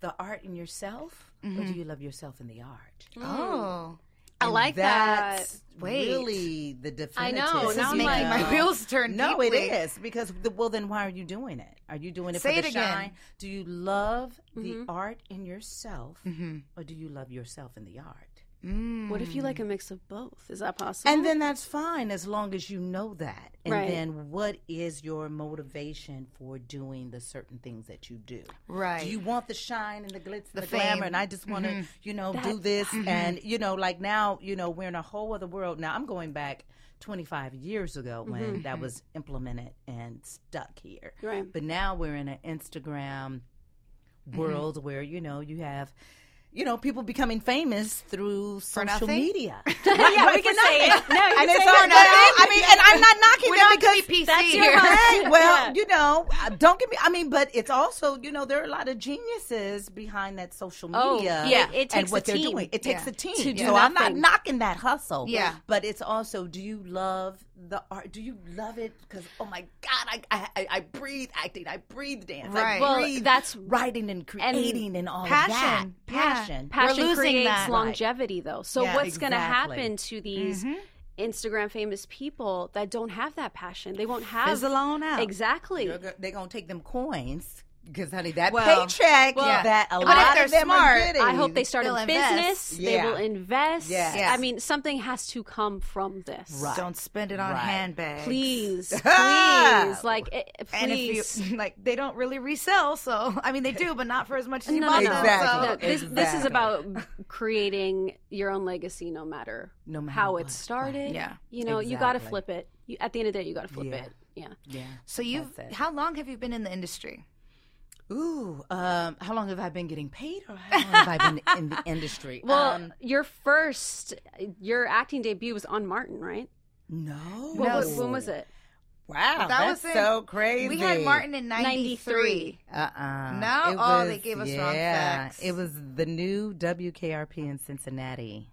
S6: the art in yourself or
S2: Mm-hmm.
S6: do you love yourself in the art?
S2: oh,
S3: I like that.
S6: That's
S2: Wait.
S6: really the
S3: I
S6: definitive.
S3: know, This now is I'm
S2: making like- my wheels turn
S6: No,
S2: deeply.
S6: it is because the, well, then why are you doing it? Are you doing it
S2: Say
S6: for
S2: it
S6: the
S2: again.
S6: shine? Do you love the art in yourself,
S2: Mm-hmm.
S6: or do you love yourself in the art?
S3: What if you like a mix of both? Is that possible?
S6: And then that's fine as long as you know that. And
S3: Right.
S6: then what is your motivation for doing the certain things that you do?
S2: Right.
S6: Do you want the shine and the glitz and the,
S2: fame.
S6: glamour? And I just want to, you know, do this. And, you know, like now, you know, we're in a whole other world. Now, I'm going back 25 years ago when that was implemented and stuck here.
S3: Right.
S6: But now we're in an Instagram world where, you know, you have. You know, people becoming famous through social
S2: nothing?
S6: media.
S3: yeah, we can say it. No, you
S6: and
S3: can
S6: it's
S3: say
S6: all
S3: it.
S6: no, I mean, and I'm not knocking
S2: we
S6: them
S2: don't
S6: because
S2: have to be PC
S3: that's your
S2: here.
S3: house.
S6: Hey, well,
S3: Yeah.
S6: you know, uh, don't get me. I mean, but it's also, you know, there are a lot of geniuses behind that social media.
S3: Oh, yeah. It- it
S6: and
S3: takes
S6: what
S3: a
S6: they're
S3: team.
S6: doing. It takes
S2: Yeah.
S6: a team. To
S3: do
S6: so I'm not
S3: nothing.
S6: knocking that hustle.
S2: Yeah.
S6: but it's also, do you love the art? Do you love it? Because oh my God, I, I I breathe acting. I breathe dance.
S2: Right.
S6: I
S2: Well,
S6: breathe
S3: that's-
S6: writing and creating and, all of that.
S2: Passion. Yeah.
S6: Passion.
S3: passion
S2: losing
S3: creates
S2: that.
S3: longevity though so
S2: Yeah,
S3: what's going to
S6: exactly.
S3: happen to these instagram famous people that don't have that passion they won't have
S2: Fizzle on out.
S3: exactly
S6: They're go- They're gonna take them coins because honey, that
S2: Well,
S6: paycheck
S2: well,
S6: that a
S2: but if
S6: lot
S2: they're
S6: of them
S2: smart,
S6: are getting.
S3: I hope they start
S2: They'll
S3: a
S2: invest.
S3: business.
S6: Yeah.
S3: They will invest.
S6: Yes.
S2: Yes.
S3: I mean, something has to come from this.
S6: Right.
S2: Don't spend it on
S6: Right.
S2: handbags.
S3: Please, please, like, eh, eh,
S2: And if
S3: please.
S2: you like, they don't really resell. So I mean, they do, but not for as much as you
S3: No, no,
S2: bought
S3: no.
S2: them.
S6: Exactly.
S2: So.
S3: No, this, this is
S6: Exactly.
S3: about creating your own legacy, no matter,
S6: No matter
S3: how
S6: what.
S3: it started.
S2: Yeah.
S3: you know, you got to
S6: Exactly.
S3: flip it. You, at the end of the day, you got to flip
S6: Yeah.
S3: it. Yeah,
S6: Yeah.
S2: So you've
S6: That's it.
S2: how long have you been in the industry?
S6: Ooh, um, how long have I been getting paid, or how long have I been in the industry?
S3: Well,
S6: um,
S3: your first, your acting debut was on Martin, right?
S6: no.
S3: What was- when was it?
S6: Wow,
S2: That
S6: that's
S2: was in-
S6: so crazy.
S2: We had Martin in '93.
S6: Uh-uh.
S2: No?
S6: It
S2: Oh, they gave us wrong facts.
S6: It was the new WKRP in Cincinnati.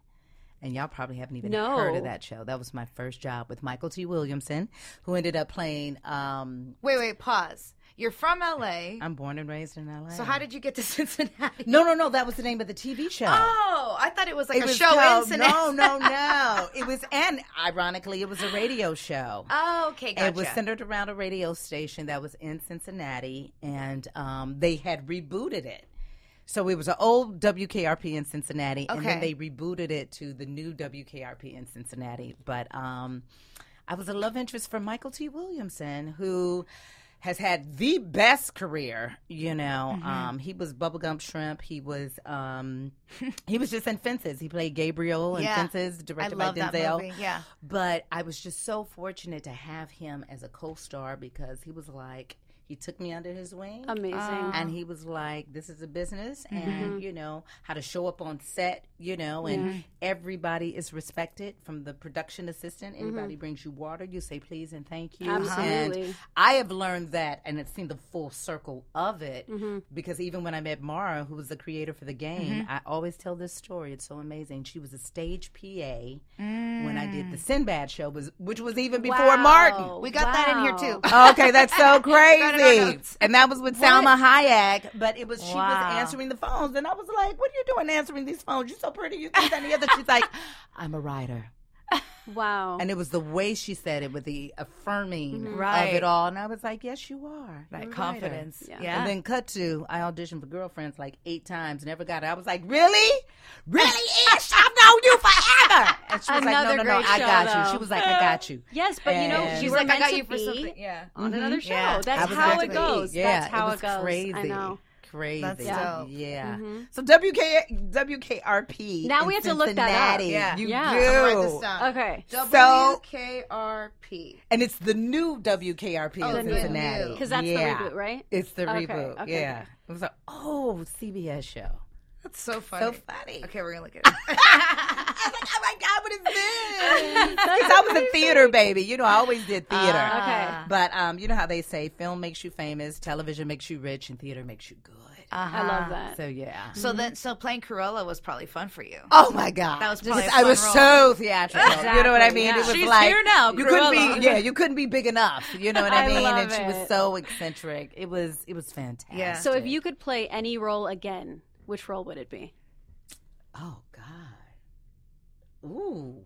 S6: And y'all probably haven't even
S3: No.
S6: heard of that show. That was my first job with Michael T. Williamson, who ended up playing. Um,
S2: Wait, wait, pause. You're from LA,
S6: I'm born and raised in LA.
S2: so how did you get to Cincinnati?
S6: No, no, no. That was the name of the TV show.
S2: Oh, I thought it was like
S6: It
S2: a
S6: was
S2: show
S6: called-
S2: in Cincinnati.
S6: No, no, no. It was, and ironically, it was a radio show.
S2: Oh, okay, gotcha.
S6: It was centered around a radio station that was in Cincinnati, and um, they had rebooted it. So it was an old WKRP in Cincinnati, and then
S2: Okay.
S6: they rebooted it to the new WKRP in Cincinnati. But um, I was a love interest for Michael T. Williamson, who has had the best career. You know,
S2: Mm-hmm.
S6: um, he was Bubblegum Shrimp. He was um, he was just in Fences. He played Gabriel in
S2: Yeah.
S6: Fences,
S2: I
S6: directed
S2: love
S6: by Denzel.
S2: that movie. Yeah.
S6: But I was just so fortunate to have him as a co-star because he was like he took me under his wing.
S3: Amazing.
S6: and he was like, "This is a business, and you know how to show up on set, you know, and everybody is respected from the production assistant. Anybody brings you water, you say please and thank you.
S3: Absolutely.
S6: And I have learned that, and it's seen the full circle of it because even when I met Mara, who was the creator for the game, I always tell this story. It's so amazing. She was a stage PA when I did the Sinbad show, was which was even before Martin.
S2: We got that in here too.
S6: Okay, that's
S2: Got
S6: so
S2: it on
S6: crazy.
S2: notes.
S6: And that was with Salma Hayek, but it was she was
S2: Wow.
S6: answering the phones, and I was like, "What are you doing answering these phones? You're so pretty. You think that and the other." She's like, "I'm a writer,"
S3: wow.
S6: and it was the way she said it with the affirming of
S2: Right.
S6: it all, and I was like, "Yes, you are." You're a
S2: That
S6: writer."
S2: confidence. Yeah.
S6: And then cut to I auditioned for girlfriends like eight times, never got it. I was like, "Really, really, Ish? I've known you forever." And she was
S3: Another
S6: like, "No, no, no,
S3: great
S6: I
S3: show,
S6: got you."
S3: though.
S6: She was like, "I got you."
S3: yes, but you know,
S6: And-
S3: you
S6: She's
S3: were
S2: like, I
S3: meant
S2: got
S3: to
S2: you for
S3: be
S2: something. Yeah.
S3: on another show.
S2: Yeah.
S6: I
S3: That's
S6: was
S3: how
S6: meant
S3: it
S6: to
S2: be.
S3: goes.
S6: Yeah,
S3: That's how
S6: it,
S3: it,
S6: was
S3: goes.
S6: Crazy.
S3: I know.
S6: Crazy.
S2: That's
S6: yeah. Mm-hmm.
S2: dope.
S6: Yeah. So WK WKRP.
S3: Now
S6: in
S3: we have to look that up.
S6: Cincinnati.
S2: Yeah.
S6: You
S3: Yeah.
S6: do.
S2: I'll write this down.
S3: Okay.
S6: So-
S2: WKRP.
S6: And it's the new WKRP
S2: Oh,
S6: in
S2: the new.
S6: Cincinnati.
S2: Because
S3: that's the
S6: Yeah.
S3: reboot, right?
S6: It's the
S3: Okay,
S6: reboot.
S3: okay,
S6: yeah.
S3: okay.
S6: It was like, oh, CBS show.
S2: That's so funny.
S6: So funny.
S2: Okay, we're gonna look at it.
S6: I was like, oh my God, what is this? Because I was a theater baby. You know, I always did theater.
S3: Ah, Okay.
S6: But um, you know how they say film makes you famous, television makes you rich, and theater makes you good.
S3: I
S6: Ah,
S3: love that.
S6: so yeah.
S2: so then, so playing Cruella was probably fun for you.
S6: Oh my God!
S2: That was
S6: This
S2: probably
S6: is-
S2: a
S6: I
S2: fun
S6: was
S2: role.
S6: so theatrical. You know what I
S3: Exactly,
S6: mean?
S3: yeah.
S6: It was
S2: She's
S6: like
S2: here now,
S6: You couldn't
S2: Cruella.
S6: be, yeah, you couldn't be big enough. You know what I,
S3: I
S6: mean?
S3: love
S6: and she was
S3: it.
S6: so eccentric. It was, it was fantastic.
S2: Yeah.
S3: So if you could play any role again, which role would it be?
S6: oh God, ooh,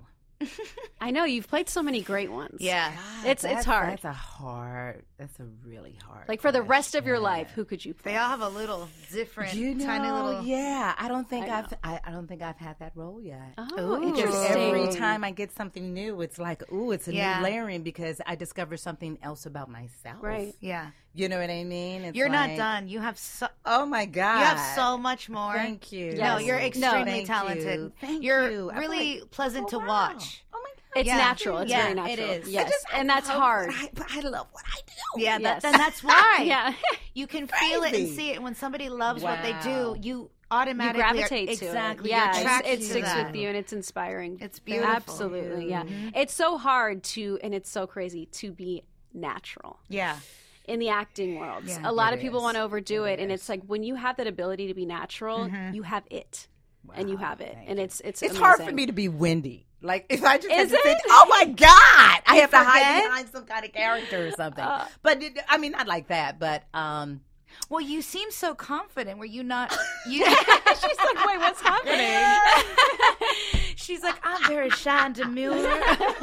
S3: I know you've played so many great ones.
S2: Yeah.
S6: God,
S3: It's- it's
S6: that's-
S3: hard.
S6: That's a hard. That's a really hard.
S3: Like for the rest of your
S6: question.
S3: life, who could you play?
S2: They all have a little different,
S6: You know,
S2: tiny little.
S6: yeah. I don't think
S3: I
S6: I've. I, I don't think I've had that role yet.
S3: Oh,
S2: Ooh.
S6: Because
S3: interesting.
S6: every time I get something new, it's like, ooh, it's a
S2: Yeah.
S6: new layering because I discover something else about myself.
S3: Right.
S2: Yeah.
S6: You know what I mean? It's
S2: You're
S6: like,
S2: not done. You have so.
S6: Oh my God.
S2: You have so much more.
S6: Thank you.
S2: No, you're
S6: Yes.
S2: extremely
S6: Thank you.
S2: talented.
S6: Thank
S2: you're
S6: you. I feel
S2: really
S6: like-
S2: pleasant
S6: Oh,
S2: to
S6: wow.
S2: watch.
S6: Oh my God.
S3: It's
S2: Yeah.
S3: natural. It's
S2: Yeah,
S3: very
S2: it
S3: natural.
S2: is. I
S3: Yes.
S6: just-
S3: and that's hard.
S6: I, but I love what I do.
S2: Yeah, that,
S3: Yes.
S2: then that's why.
S3: Yeah.
S2: You can feel it and
S6: Crazy.
S2: see it. When somebody loves what they
S6: Wow.
S2: do, you automatically are-
S3: you gravitate to
S2: exactly.
S3: it.
S2: You're
S3: Yeah,
S2: attracted
S3: it
S2: to
S3: sticks
S2: that.
S3: with you and it's inspiring.
S2: It's beautiful.
S3: Absolutely, yeah.
S2: Mm-hmm.
S3: It's so hard to, and it's so crazy to be natural
S2: Yeah.
S3: in the acting world.
S2: Yeah.
S3: a lot of people want to overdo it, and it's like when you have that ability to be natural, you have it, and you have it, and it's it's
S6: It's hard for
S3: amazing.
S6: me to be windy. Like if I just had
S3: Is
S6: to sit-
S3: it?
S6: oh my god, I have to hide
S2: forget? Uh.
S6: behind some kind of character or something. but it, I mean, not like that. But um,
S2: Well, you seem so confident. Were you not? You,
S3: She's like, wait, what's happening?
S2: she's like, I'm very shy and demure.
S6: but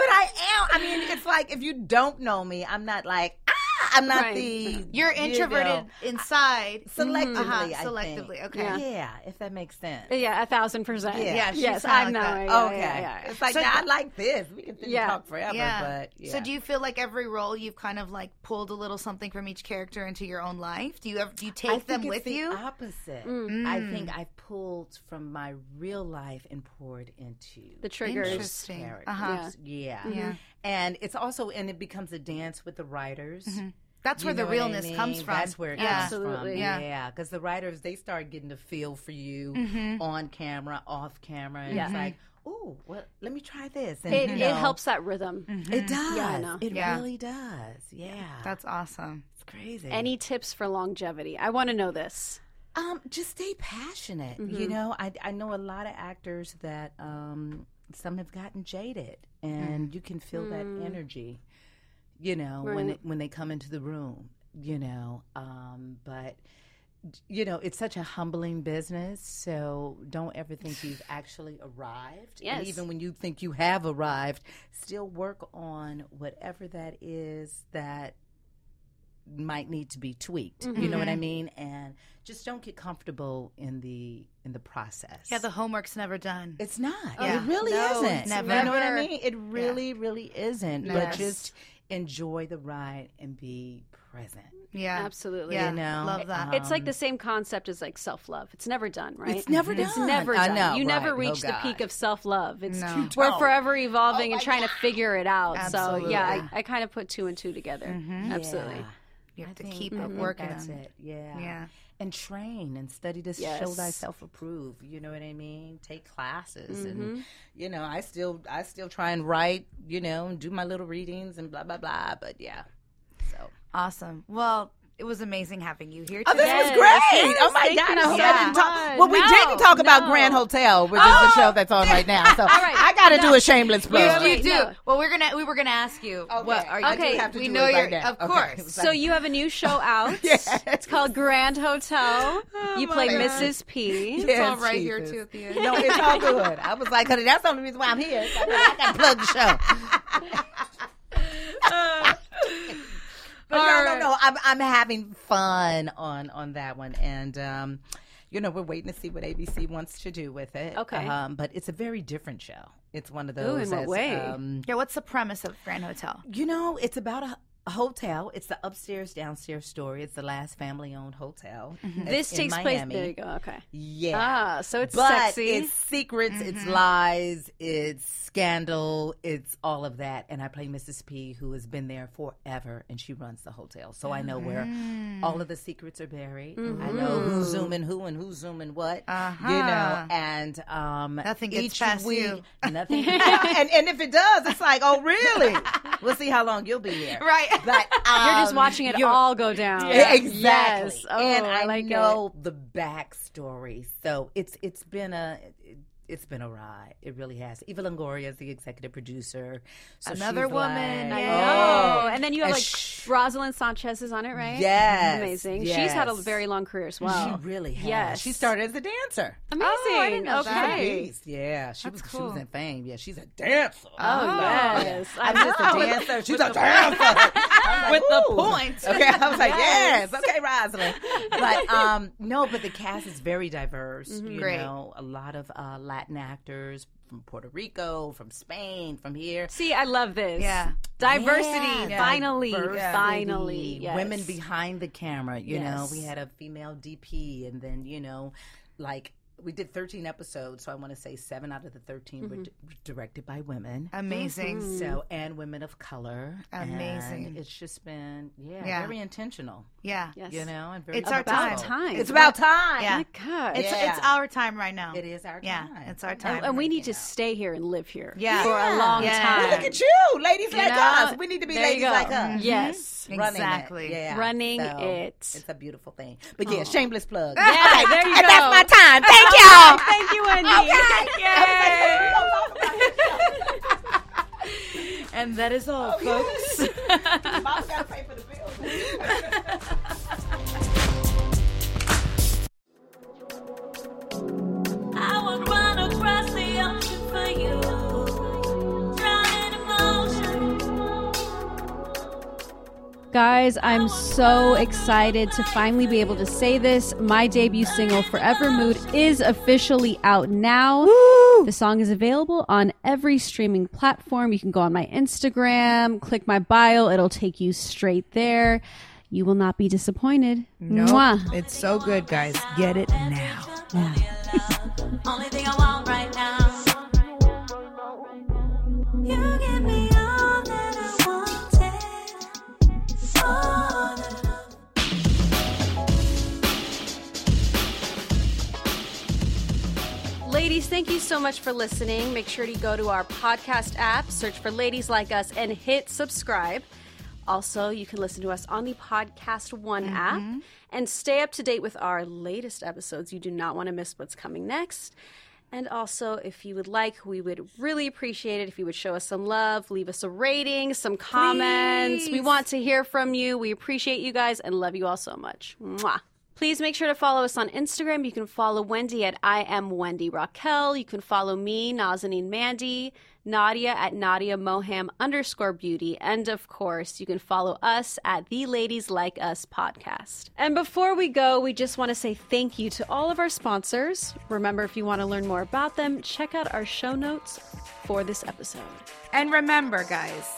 S6: I am. I mean, it's like if you don't know me, I'm not like ah. I'm not
S3: Right.
S6: the
S2: You're
S6: you know,
S2: introverted inside.
S6: selectively.
S2: Uh-huh,
S6: I
S2: selectively,
S6: think.
S2: okay.
S6: Yeah.
S2: Yeah.
S6: if that makes sense.
S3: Yeah, a thousand percent.
S6: Yeah.
S2: Yeah, she
S3: yes,
S2: sound
S3: I know.
S2: like that.
S3: Yeah,
S6: okay,
S3: yeah, yeah, yeah.
S6: it's like I like this. We can
S3: Yeah.
S6: talk forever, but yeah.
S2: So do you feel like every role you've kind of like pulled a little something from each character into your own life? Do you ever do you
S6: I
S2: take
S6: think
S2: them
S6: it's
S2: with
S6: the
S2: you? Mm.
S6: Opposite. I think I pulled from my real life and poured into
S3: The triggers.
S2: Interesting.
S6: characters.
S2: Uh-huh.
S6: Yeah. And it's also and it becomes a dance with the writers.
S2: Mm-hmm. That's
S6: You
S2: where the
S6: know what I
S2: realness
S6: mean?
S2: comes from.
S6: That's where it
S2: yeah.
S6: comes
S3: Absolutely.
S6: from.
S2: Yeah.
S6: Yeah, because the writers they start getting the feel for you
S2: Mm-hmm.
S6: on camera, off camera, and it's like, oh, well, let me try this. And
S3: It,
S6: you
S3: it
S6: know,
S3: helps that rhythm.
S6: It does.
S3: Mm-hmm. I know.
S6: It
S2: Yeah.
S6: really does. Yeah,
S2: That's awesome.
S6: it's crazy.
S3: Any tips for longevity? I want to know this.
S6: Um, just stay passionate. You know, I I know a lot of actors that um some have gotten jaded, and you can feel that energy. You know, when when they come into the room, you know, um, but you know it's such a humbling business so don't ever think you've actually arrived
S3: Yes.
S6: and even when you think you have arrived still work on whatever that is that might need to be tweaked you know what i mean and just don't get comfortable in the in the process
S2: Yeah, the homework's never done.
S6: it's not
S2: Yeah.
S6: it really
S2: No, it's
S6: isn't you know what i
S2: never.
S6: mean it really really isn't but
S2: Yes.
S6: just enjoy the ride and be present
S2: yeah.
S3: Absolutely.
S2: Yeah.
S6: you know Uh-huh.
S2: Love that.
S3: It's like the same concept as like self love. It's never done, right?
S6: It's never
S3: It's
S6: done.
S3: never
S6: I
S3: done.
S6: know,
S3: you never
S6: right. Oh,
S3: reach the peak
S6: God.
S3: of self love. It's
S2: No.
S3: we're forever evolving and trying to figure it out. So
S2: Absolutely.
S3: yeah, I, I kind of put two and two together. Absolutely.
S6: Mm-hmm. Yeah.
S2: you have
S6: I
S2: to
S6: think- Mm-hmm.
S2: keep
S6: I
S2: it
S6: think
S2: working.
S6: That's
S2: on it.
S6: it. Yeah.
S2: Yeah.
S6: And train and study to show
S3: Yes.
S6: thyself approved. You know what I mean? Take classes
S2: Mm-hmm.
S6: and you know, I still I still try and write, you know, and do my little readings and blah blah blah. But yeah. So
S2: Awesome. Well, it was amazing having you here
S6: Oh, this
S2: today.
S6: was
S3: Yes,
S6: great.
S3: yes,
S6: oh my
S3: thank
S6: God. I
S3: you
S6: hope
S2: so
S6: I didn't talk.
S3: much.
S6: Well, we
S3: No,
S6: didn't talk about
S3: no.
S6: Grand Hotel, which is the show that's on right now. So I got to do a shameless plug.
S2: Yes,
S3: Wait,
S2: you do.
S3: no.
S2: Well, we're gonna we were gonna ask you. What are you?
S6: I do
S3: Okay.
S6: have to
S2: we
S6: do
S2: know
S6: it right
S2: you're.
S6: now.
S2: Of
S6: Okay.
S2: course.
S3: So you have a new show out. It's called Grand Hotel.
S6: Oh
S3: you play Mrs. P.
S2: It's all
S6: Yes,
S2: right here
S6: Jesus.
S2: too at the end.
S6: No, it's all good. I was like, honey, that's the only reason why I'm here. So I got to plug the show. But no,
S2: All
S6: no,
S2: right.
S6: no. I'm I'm having fun on on that one, and um, you know, we're waiting to see what ABC wants to do with it.
S3: Okay.
S6: um, but it's a very different show. It's one of
S3: Ooh,
S6: those.
S3: in what
S6: that's,
S3: way?
S6: Um,
S2: Yeah, what's the premise of Grand Hotel?
S6: you know, it's about a, a hotel. It's the upstairs downstairs story. It's the last family owned hotel. It's
S3: This
S6: in
S3: takes Mm-hmm. place.
S6: Miami.
S3: There you go. Okay.
S6: Yeah.
S3: Ah, so it's
S6: but
S3: sexy.
S6: it's secrets,
S2: Mm-hmm.
S6: it's lies, it's scandal, it's all of that. And I play Mrs. P, who has been there forever, and she runs the hotel. So I know where
S2: Mm-hmm.
S6: all of the secrets are buried. I know who's zooming who and who's zooming what. You know, and um,
S2: Uh-huh. Nothing gets
S6: each
S2: past
S6: week,
S2: you.
S6: nothing. and and if it does, it's like, oh really? we'll see how long you'll be here.
S2: Right.
S6: But
S3: you're just
S6: um,
S3: watching it
S6: you're-
S3: all go down.
S6: yeah, Exactly.
S3: Yes. Oh,
S6: and I,
S3: I, like
S6: know the backstory. So it's it's been a it, has been a ride. It really has. Eva Longoria is the executive producer. So
S2: Another
S6: she's
S2: woman.
S6: like-
S3: it.
S2: Yeah.
S3: Oh, and then you have
S6: And
S3: like
S6: sh-
S3: Rosalind Sanchez is on it, right?
S6: Yes,
S3: amazing. She's had a
S6: yes.
S3: very long career as
S6: She
S3: well.
S6: really has.
S3: Yes.
S6: She started as a dancer.
S3: amazing.
S2: Oh, I didn't know
S3: okay.
S2: that.
S6: Beast. Yeah, she was she was in fame. Yeah, she's a dancer.
S3: Oh, yes.
S6: I'm
S3: I
S6: just a
S3: know.
S6: dancer. She's a dancer. I'm like,
S2: With the
S6: "Ooh."
S2: point.
S6: Okay, I was like, yes, okay, Rosalind. But um, no, but the cast is very diverse. You
S2: Great.
S6: know, a lot of uh, Latin actors from Puerto Rico, from Spain, from here.
S3: See, I love this.
S2: Yeah.
S3: Diversity,
S6: Yeah,
S3: finally,
S6: diversity.
S3: finally. Yes.
S6: women behind the camera. You know, we
S3: Yes.
S6: had a female DP, and then you know, like we did 13 episodes, so I want to say seven out of the 13 were d- directed by women.
S2: Amazing.
S6: So and women of color. And
S2: Mm-hmm. Amazing.
S6: it's just been yeah,
S2: Yeah.
S6: very intentional.
S2: Yeah.
S3: Yes.
S6: You know, and very
S2: It's our
S6: purposeful.
S2: time.
S3: Time.
S6: It's about time.
S2: Yeah.
S3: My God.
S2: It's
S6: Yeah.
S2: it's our time right now.
S6: It is our
S2: Yeah,
S6: time.
S2: it's our time.
S3: and, and we need to stay here and live here
S2: Yeah.
S3: for a long
S2: Yeah.
S3: time.
S2: Well,
S6: Look at you, ladies
S3: You
S6: like
S3: know?
S6: us. We need to be
S3: There you
S6: ladies
S3: go.
S6: like us.
S3: Yes.
S6: Running
S2: Mm-hmm. Exactly.
S6: It. Mm-hmm. Yeah.
S3: Running
S6: So,
S3: it.
S6: It's a beautiful thing. But yeah, shameless plug.
S3: Yeah, there you
S6: And
S3: go.
S6: that's my time. Thank y'all.
S3: Thank you, Wendy. And that is
S6: Oh,
S3: all, folks.
S6: Mom's got to pay for the bills.
S7: I would run across the ocean for you, drown in emotion.
S3: Guys, I'm so excited to finally be able to say this. My debut single, Forever Mood, is officially out now. The song is available on every streaming platform. You can go on my Instagram, click my bio, it'll take you straight there. You will not be disappointed.
S2: No,
S3: Mwah.
S2: it's so good, guys. Get it now.
S7: Only thing I want right now. You give me all that I wanted. All that I
S3: Ladies, thank you so much for listening. Make sure to go to our podcast app, search for Ladies Like Us, and hit subscribe. Also, you can listen to us on the Podcast One app and stay up to date with our latest episodes. You do not want to miss what's coming next. And also, if you would like, we would really appreciate it if you would show us some love, leave us a rating, some comments. We want to hear from you. We appreciate you guys and love you all so much. Mwah. Please make sure to follow us on Instagram. You can follow Wendy at I am Wendy Raquel. You can follow me, Nazanin Mandy, Nadia at Nadia Moham underscore beauty. And of course, you can follow us at The Ladies Like Us podcast. And before we go, we just want to say thank you to all of our sponsors. Remember, if you want to learn more about them, check out our show notes for this episode.
S2: And remember, guys,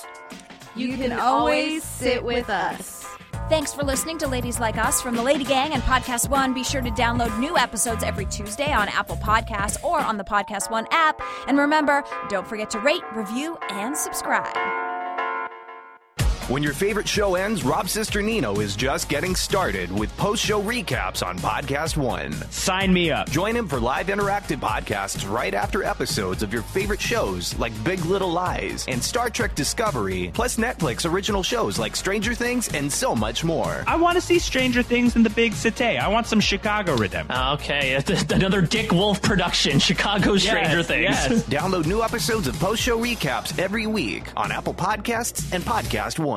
S2: you,
S3: can always sit with us.
S1: Thanks for listening to Ladies Like Us from the Lady Gang and Podcast One. Be sure to download new episodes every Tuesday on Apple Podcasts or on the Podcast One app. And remember, don't forget to rate, review, and subscribe.
S8: When your favorite show ends, Rob's sister Nino is just getting started with post show recaps on Podcast One.
S9: Sign me up.
S8: Join him for live interactive podcasts right after episodes of your favorite shows like Big Little Lies and Star Trek Discovery, plus Netflix original shows like Stranger Things and so much more.
S9: I want to see Stranger Things in the Big City. I want some Chicago rhythm.
S10: Ah, Okay, another Dick Wolf production, Chicago Stranger
S9: Yes,
S10: Things.
S9: yes.
S8: Download new episodes of post show recaps every week on Apple Podcasts and Podcast One.